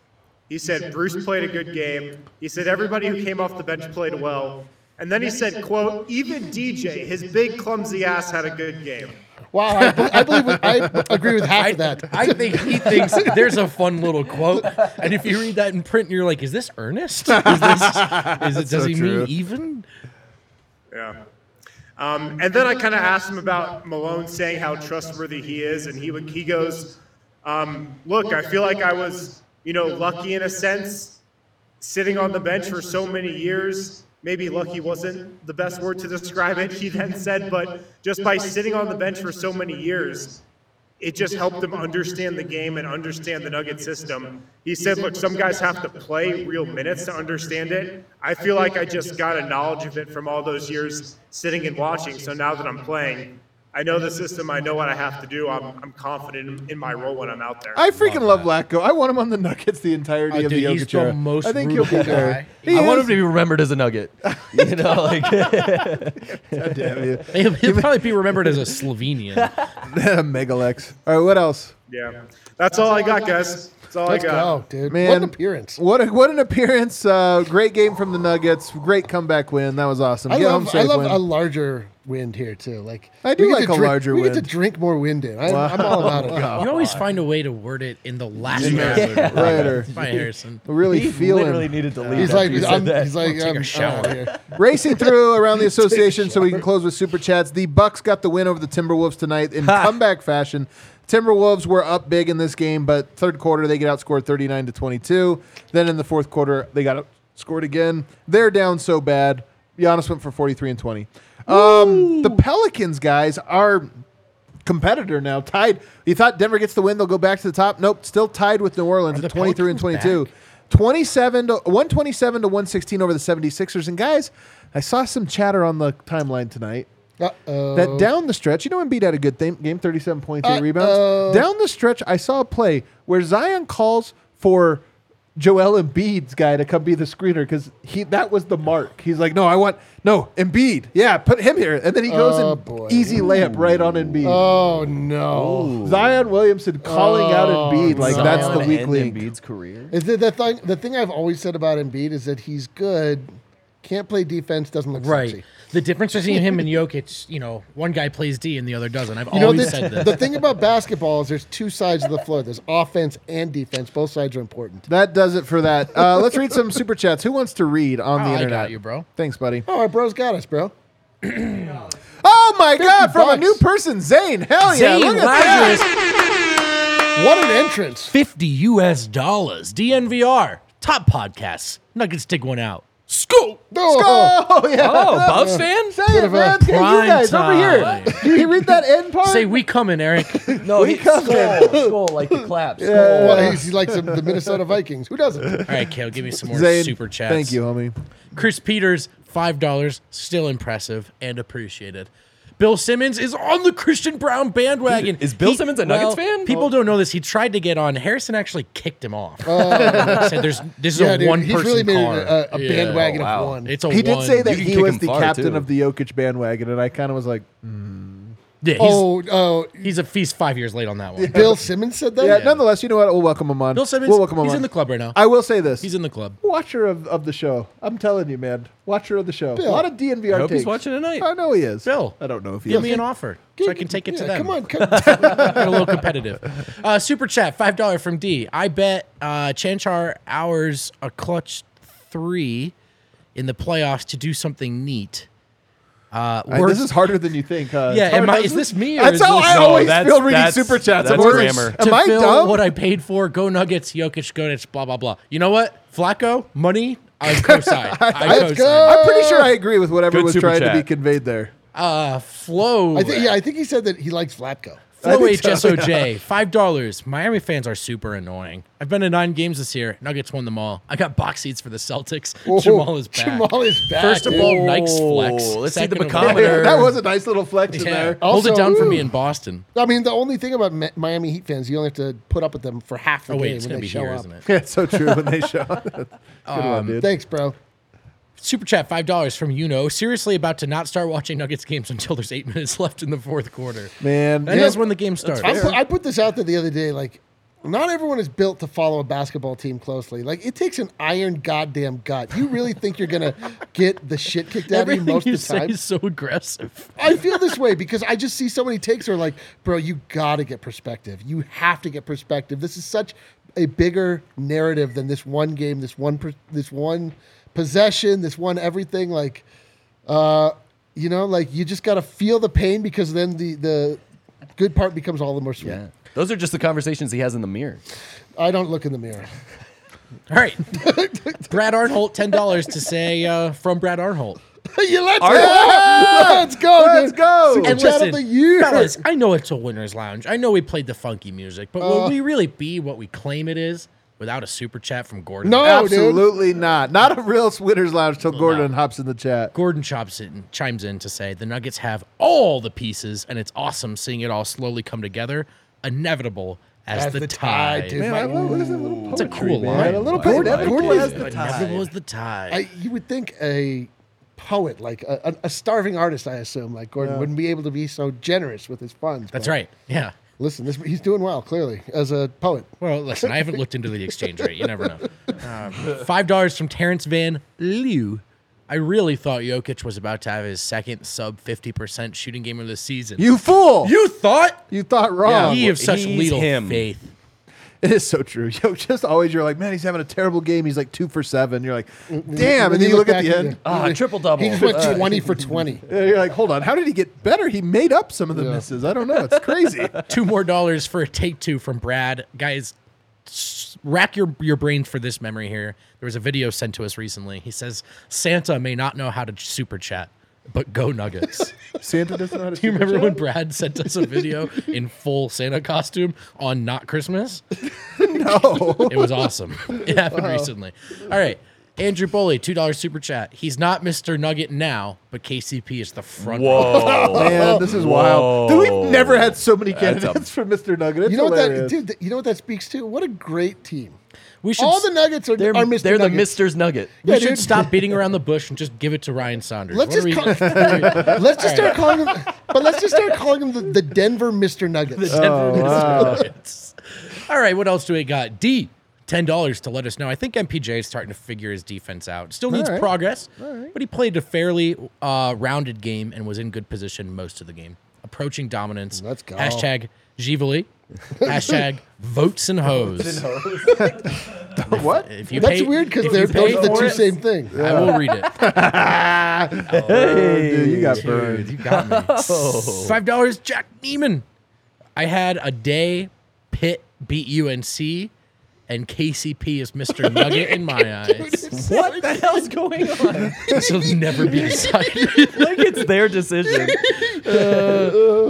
He said Bruce played a good game. He said everybody who came off the bench played well. And then he said, quote, even DJ, his big clumsy ass had a good game. Wow, I, be- I believe I agree with half I, of that. Oh I think he thinks there's a fun little quote, and if you read that in print, you're like, "Is this earnest? Is this? Is it? Does so he true. mean even?" Yeah. Um, and then I kind of asked him about Malone saying how trustworthy he is, and he would, he goes, um, "Look, I feel like I was, you know, lucky in a sense, sitting on the bench for so many years. Maybe lucky wasn't the best word to describe it." He then said, "But just by sitting on the bench for so many years, it just helped them understand the game and understand the Nugget system. He said, look, some guys have to play real minutes to understand it. I feel like I just got a knowledge of it from all those years sitting and watching. So now that I'm playing, I know the system. I know what I have to do. I'm, I'm confident in, in my role when I'm out there. I freaking love, Lacko. I want him on the Nuggets the entirety Uh, of dude, the he's Jokic era. the most I think he'll be brutal there. guy. He I want him is- to be remembered as a nugget. You know, like God damn you. He'll, he'll probably be remembered as a Slovenian. Megalex. All right, what else? Yeah. That's all I got, guys. That's all I Let's got. go, dude. Man, what an appearance. What a, what an appearance! Uh, great game from the Nuggets. Great comeback win. That was awesome. I Get love, home I safe love win. a larger wind here, too. Like I do we get like to a drink- larger We get to wind. drink more wind in. I, I'm all about it. You always find a way to word it in the last Yeah. episode. Later. Fine, Harrison. really he feeling literally needed to leave. He's after like, you said I'm, that. he's like, take I'm, a shower. I'm out here. racing through around the association so we can close with super chats. The Bucks got the win over the Timberwolves tonight in comeback fashion. Timberwolves were up big in this game, but third quarter they get outscored 39 to 22. Then in the fourth quarter they got outscored again. They're down so bad. Giannis went for 43 and 20. Um, the Pelicans guys are competitor now tied. You thought Denver gets the win, they'll go back to the top. Nope, still tied with New Orleans at the 23 and Pelicans 22. back? 27 to 127 to 116 over the 76ers. And guys, I saw some chatter on the timeline tonight Uh-oh. that down the stretch, you know, Embiid had a good th- game, 37.3 Uh-oh. rebounds. Down the stretch, I saw a play where Zion calls for Joel Embiid's guy to come be the screener because he that was the mark. He's like, no, I want no Embiid. Yeah, put him here, and then he goes Oh, and boy. easy layup right on Embiid. Oh no! Zion Williamson calling out Oh, Embiid like no. that's the Zion weak link. Embiid's career. Is that the thing? The thing I've always said about Embiid is that he's good, can't play defense, doesn't look Right. sexy. The difference between him and Jokic, you know, one guy plays D and the other doesn't. I've You know, always the, said the that. thing about basketball is there's two sides of the floor. There's offense and defense. Both sides are important. That does it for that. Uh, let's read some super chats. Who wants to read on Oh, the I got internet? you, bro. Thanks, buddy. Oh, our bro's got us, bro. Oh my God! From a bucks. new person, Zane. Hell yeah! Zane Look at Rogers. that. What an entrance! 50 US dollars. DNVR. Top podcasts. Nuggets dig one out. Scoop. No, Oh yeah. Oh, Buffs fan? Say it, of a man. Hey, you prime guys time. over here. Do you read that end part? Say we coming, Eric. No, he come skull, skull like the claps. Well, oh, he's, he's like some, the Minnesota Vikings. Who doesn't? All right, Kale, give me some more Zane, super chats. Thank you, homie. Chris Peters, five dollars, still impressive and appreciated. Bill Simmons is on the Christian Brown bandwagon. Is Bill Simmons a Nuggets fan? People don't know this. He tried to get on. Harrison actually kicked him off. Said there's this is a Oh. dude, one he's person really made car. it a, a Yeah. bandwagon Oh, wow. of one. It's a He did one. say that You can he kick was him the far, captain too. of the Jokic bandwagon, and I kind of was like, Yeah, he's, oh, oh, he's a he's five years late on that one. Bill Simmons said Oh, that. yeah. Nonetheless, you know what? We'll welcome him on. Bill Simmons, We'll welcome him he's on. in the club right now. I will say this. he's in the club. watcher of, of the show. I'm telling you, man. Watcher of the show. A lot of DNVR I hope takes. he's watching tonight. I know he is. Bill. I don't know if he Give is. me an offer so I can take it to Yeah, them. Come on, come. Get a little competitive. Uh, super chat, five dollar from D. I bet uh, Chanchar hours a clutch three in the playoffs to do something neat. Uh, I- worth- this is harder than you think. uh, Huh? Yeah, It's hard, am I- isn't is it? this me or that's is how this- I No, always that's- feel reading that's- super chats. that's I'm always- grammar. Am to I fill dumb? what I paid for, go Nuggets, Jokic, Gonich, blah blah blah. You know what? Flacco, money, I co-sign. I Let's co-sign. I'm pretty sure I agree with whatever Good was super trying chat. to be conveyed there. Uh, Flo, I think, yeah, I think he said that he likes Flacco. Flo think so, HSOJ, five dollars. Miami fans are super annoying. I've been to nine games this year. Nuggets won them all. I got box seats for the Celtics. Jamal is back. Jamal is back. First of dude. all, Nike's flex. Oh, let's see the Second of all- bacometer. Yeah, that was a nice little flex in Yeah. Oh. there. Hold it Also- down for me Ooh. in Boston. I mean, the only thing about Mi- Miami Heat fans, you only have to put up with them for half the Oh wait, game it's when gonna they be show here, up. isn't it? Yeah, it's so true when they shot. Good Um, one, dude. Thanks, bro. Super chat five dollars from Uno. Seriously, about to not start watching Nuggets games until there's eight minutes left in the fourth quarter. Man, that yeah. is when the game starts. I put, I put this out there the other day. Like, not everyone is built to follow a basketball team closely. Like, it takes an iron goddamn gut. You really think you're gonna get the shit kicked out of you Everything most you of the say time? is so aggressive. I feel this way because I just see so many takes are like, bro, you gotta get perspective. You have to get perspective. This is such a bigger narrative than this one game, this one, per- this one possession, this one everything. Like, uh, You know, like you just got to feel the pain because then the the good part becomes all the more sweet. Yeah. Those are just the conversations he has in the mirror. I don't look in the mirror. All right. Brad Arnholt, $10 to say uh, from Brad Arnholt. you let's, go. let's go. Let's dude. go. Super And chat listen, of the year. fellas, I know it's a winner's lounge. I know we played the funky music, but Uh, will we really be what we claim it is without a super chat from Gordon? No, dude. Absolutely not. Not a real Winners Lounge till Gordon hops in the chat. Gordon chops it and chimes in to say the Nuggets have all the pieces, and it's awesome seeing it all slowly come together, inevitable as, the, tide. dude. Man, I love what is that little It's a poetry, cool man? line. A little I bit. like Never it. cool as the tide. Inevitable as the tide. I, you would think a poet, like a, a starving artist, I assume, like Gordon, wouldn't be able to be so generous with his funds. That's but right. Yeah. Listen, this, he's doing well, clearly, as a poet. Well, listen, I haven't looked into the exchange rate. You never know. Um, Five dollars from Terrence Van Lew. I really thought Jokic was about to have his second sub fifty percent shooting game of the season. You fool. You, You thought? thought wrong. Ye of such he's little him. faith. It is so true. Yo, just always you're like, man, he's having a terrible game. He's like two for seven. You're like, damn. And then you look at back the and end. you- Ah, triple double. He just went 20 for 20. uh, You're like, hold on. How did he get better? He made up some of the misses. I don't know. It's crazy. Two more dollars for a take two from Brad. Guys, s- rack your your brains for this memory here. There was a video sent to us recently. He says Santa may not know how to super chat, but go Nuggets. Santa doesn't know how to. Do you remember when Brad sent us a video in full Santa costume on Not Christmas? No. It was awesome. It happened recently. All right. Andrew Boley, $2 super chat. He's not Mr. Nugget now, but KCP is the front. runner. Whoa. Man, this is wild. Dude, Whoa. we've never had so many a- candidates for Mr. Nugget. It's You know what that, hilarious. dude? th- You know what that speaks to? What a great team! We should, All the Nuggets are, They're, are mister they're the Nuggets. Mister's Nugget. we yeah, should dude. stop beating around the bush and just give it to Ryan Saunders. Let's What just are we- Let's just start calling them, but let's just start calling them the, the Denver Mister Nuggets. Denver Nuggets. All right, what else do we got? D, ten dollars to let us know. I think MPJ is starting to figure his defense out. Still needs right. progress, but he played a fairly uh, rounded game and was in good position most of the game, approaching dominance. Let's go. Hashtag Givoli. Hashtag votes and hoes. What? If you That's pay- weird because if they're you pay both the for two it, same thing. I will read it. Oh, Dude, you got burned. You got me. Five dollars, Jack Neiman. I had a day. Pitt beat UNC, and KCP is Mr. Nugget in my eyes. What the hell's going on? This will never be decided. like it's their decision.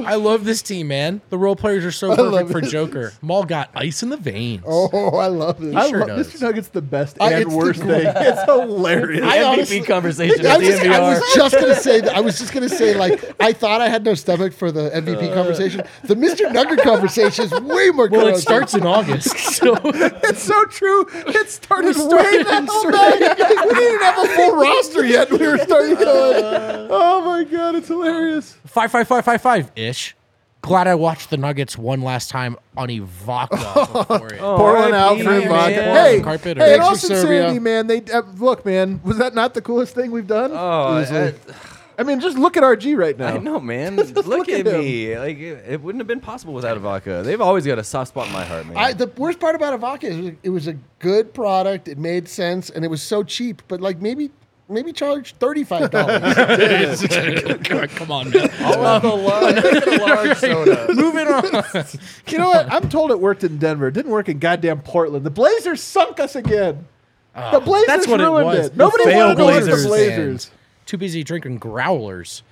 I love this team, man. The role players are so perfect for Joker. Maul got ice in the veins. Oh, I love this. I sure love does. Mr. Nugget's the best I- and it's the worst gr- thing. It's hilarious. MVP honestly- conversation I at was, just, I DNVR. was just gonna say. that- I was just gonna say. Like, I thought I had no stomach for the MVP conversation. The Mister Nugget conversation is way more. Uh. Well, it corrosive. starts in August, so It's so true. It started, way started- the hell back. We didn't have a full roster yet. We were starting to like, oh my god, it's hilarious. five, five, five, five, five ish. Glad I watched the Nuggets one last time on Ivanka before it. Pouring out for man. Ivanka. Pouring Hey, on carpet or- hey, in Thanks all for Serbia. sincerity, man. They uh, look, man. Was that not the coolest thing we've done? Oh, Easily. I- I mean, just look at RG right now. I know, man. look, look at, at him. me. Like it, it wouldn't have been possible without Ivanka. They've always got a soft spot in my heart, man. I, the worst part about Avaka is it was a good product. It made sense, and it was so cheap. But like maybe maybe charge thirty five dollars. Come on, man. I'll have a large, a large soda. Moving on. You know what? I'm told it worked in Denver. It didn't work in goddamn Portland. The Blazers sunk us again. the Blazers Ah, that's what it ruined was. The Nobody wanted failed to watch Blazers the Blazers. Too busy drinking growlers.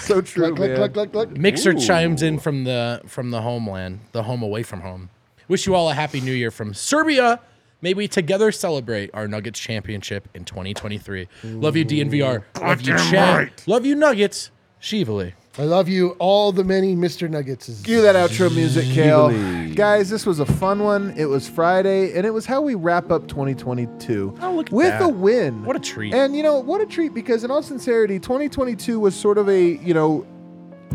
So true, Look, look, man. look, look, look. Mixer chimes in from the from the homeland, the home away from home. Wish you all a happy new year from Serbia. May we together celebrate our Nuggets championship in 2023. Love you, DNVR. Love you, Chad. Love you, Nuggets. Shively. I love you, all the many Mister Nuggets. Cue that outro music, Kale. Guys, this was a fun one. It was Friday, and it was how we wrap up 2022 Oh, look at with that. a win. What a treat. And you know what a treat because, in all sincerity, 2022 was sort of a you know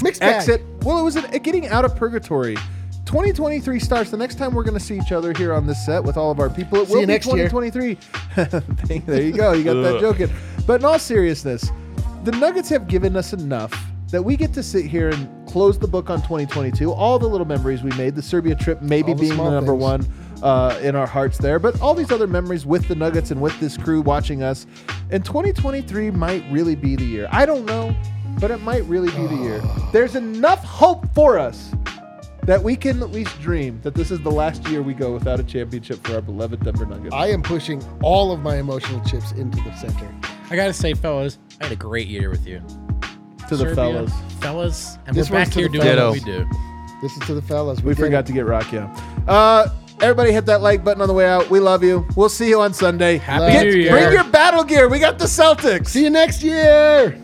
mixed bag. exit. Well, it was a, a getting out of purgatory. 2023 starts. The next time we're going to see each other here on this set with all of our people, it See will you be next year. 2023. Thank- there you go. You got that joke in. But in all seriousness, the Nuggets have given us enough that we get to sit here and close the book on 2022. All the little memories we made, the Serbia trip maybe All the being the small number things. one uh, in our hearts there, but all these other memories with the Nuggets and with this crew watching us. And 2023 might really be the year. I don't know, but it might really be the year. There's enough hope for us that we can at least dream that this is the last year we go without a championship for our beloved Denver Nuggets. I am pushing all of my emotional chips into the center. I gotta say, fellas, I had a great year with you. to the Serbia, fellas. fellas, and This we're back one's to here the doing fellas. what we do. This is to the fellas. We did forgot it. to get Rock, yeah. Uh, everybody hit that like button on the way out. We love you. We'll see you on Sunday. Happy New Year. Bring your battle gear. We got the Celtics. See you next year.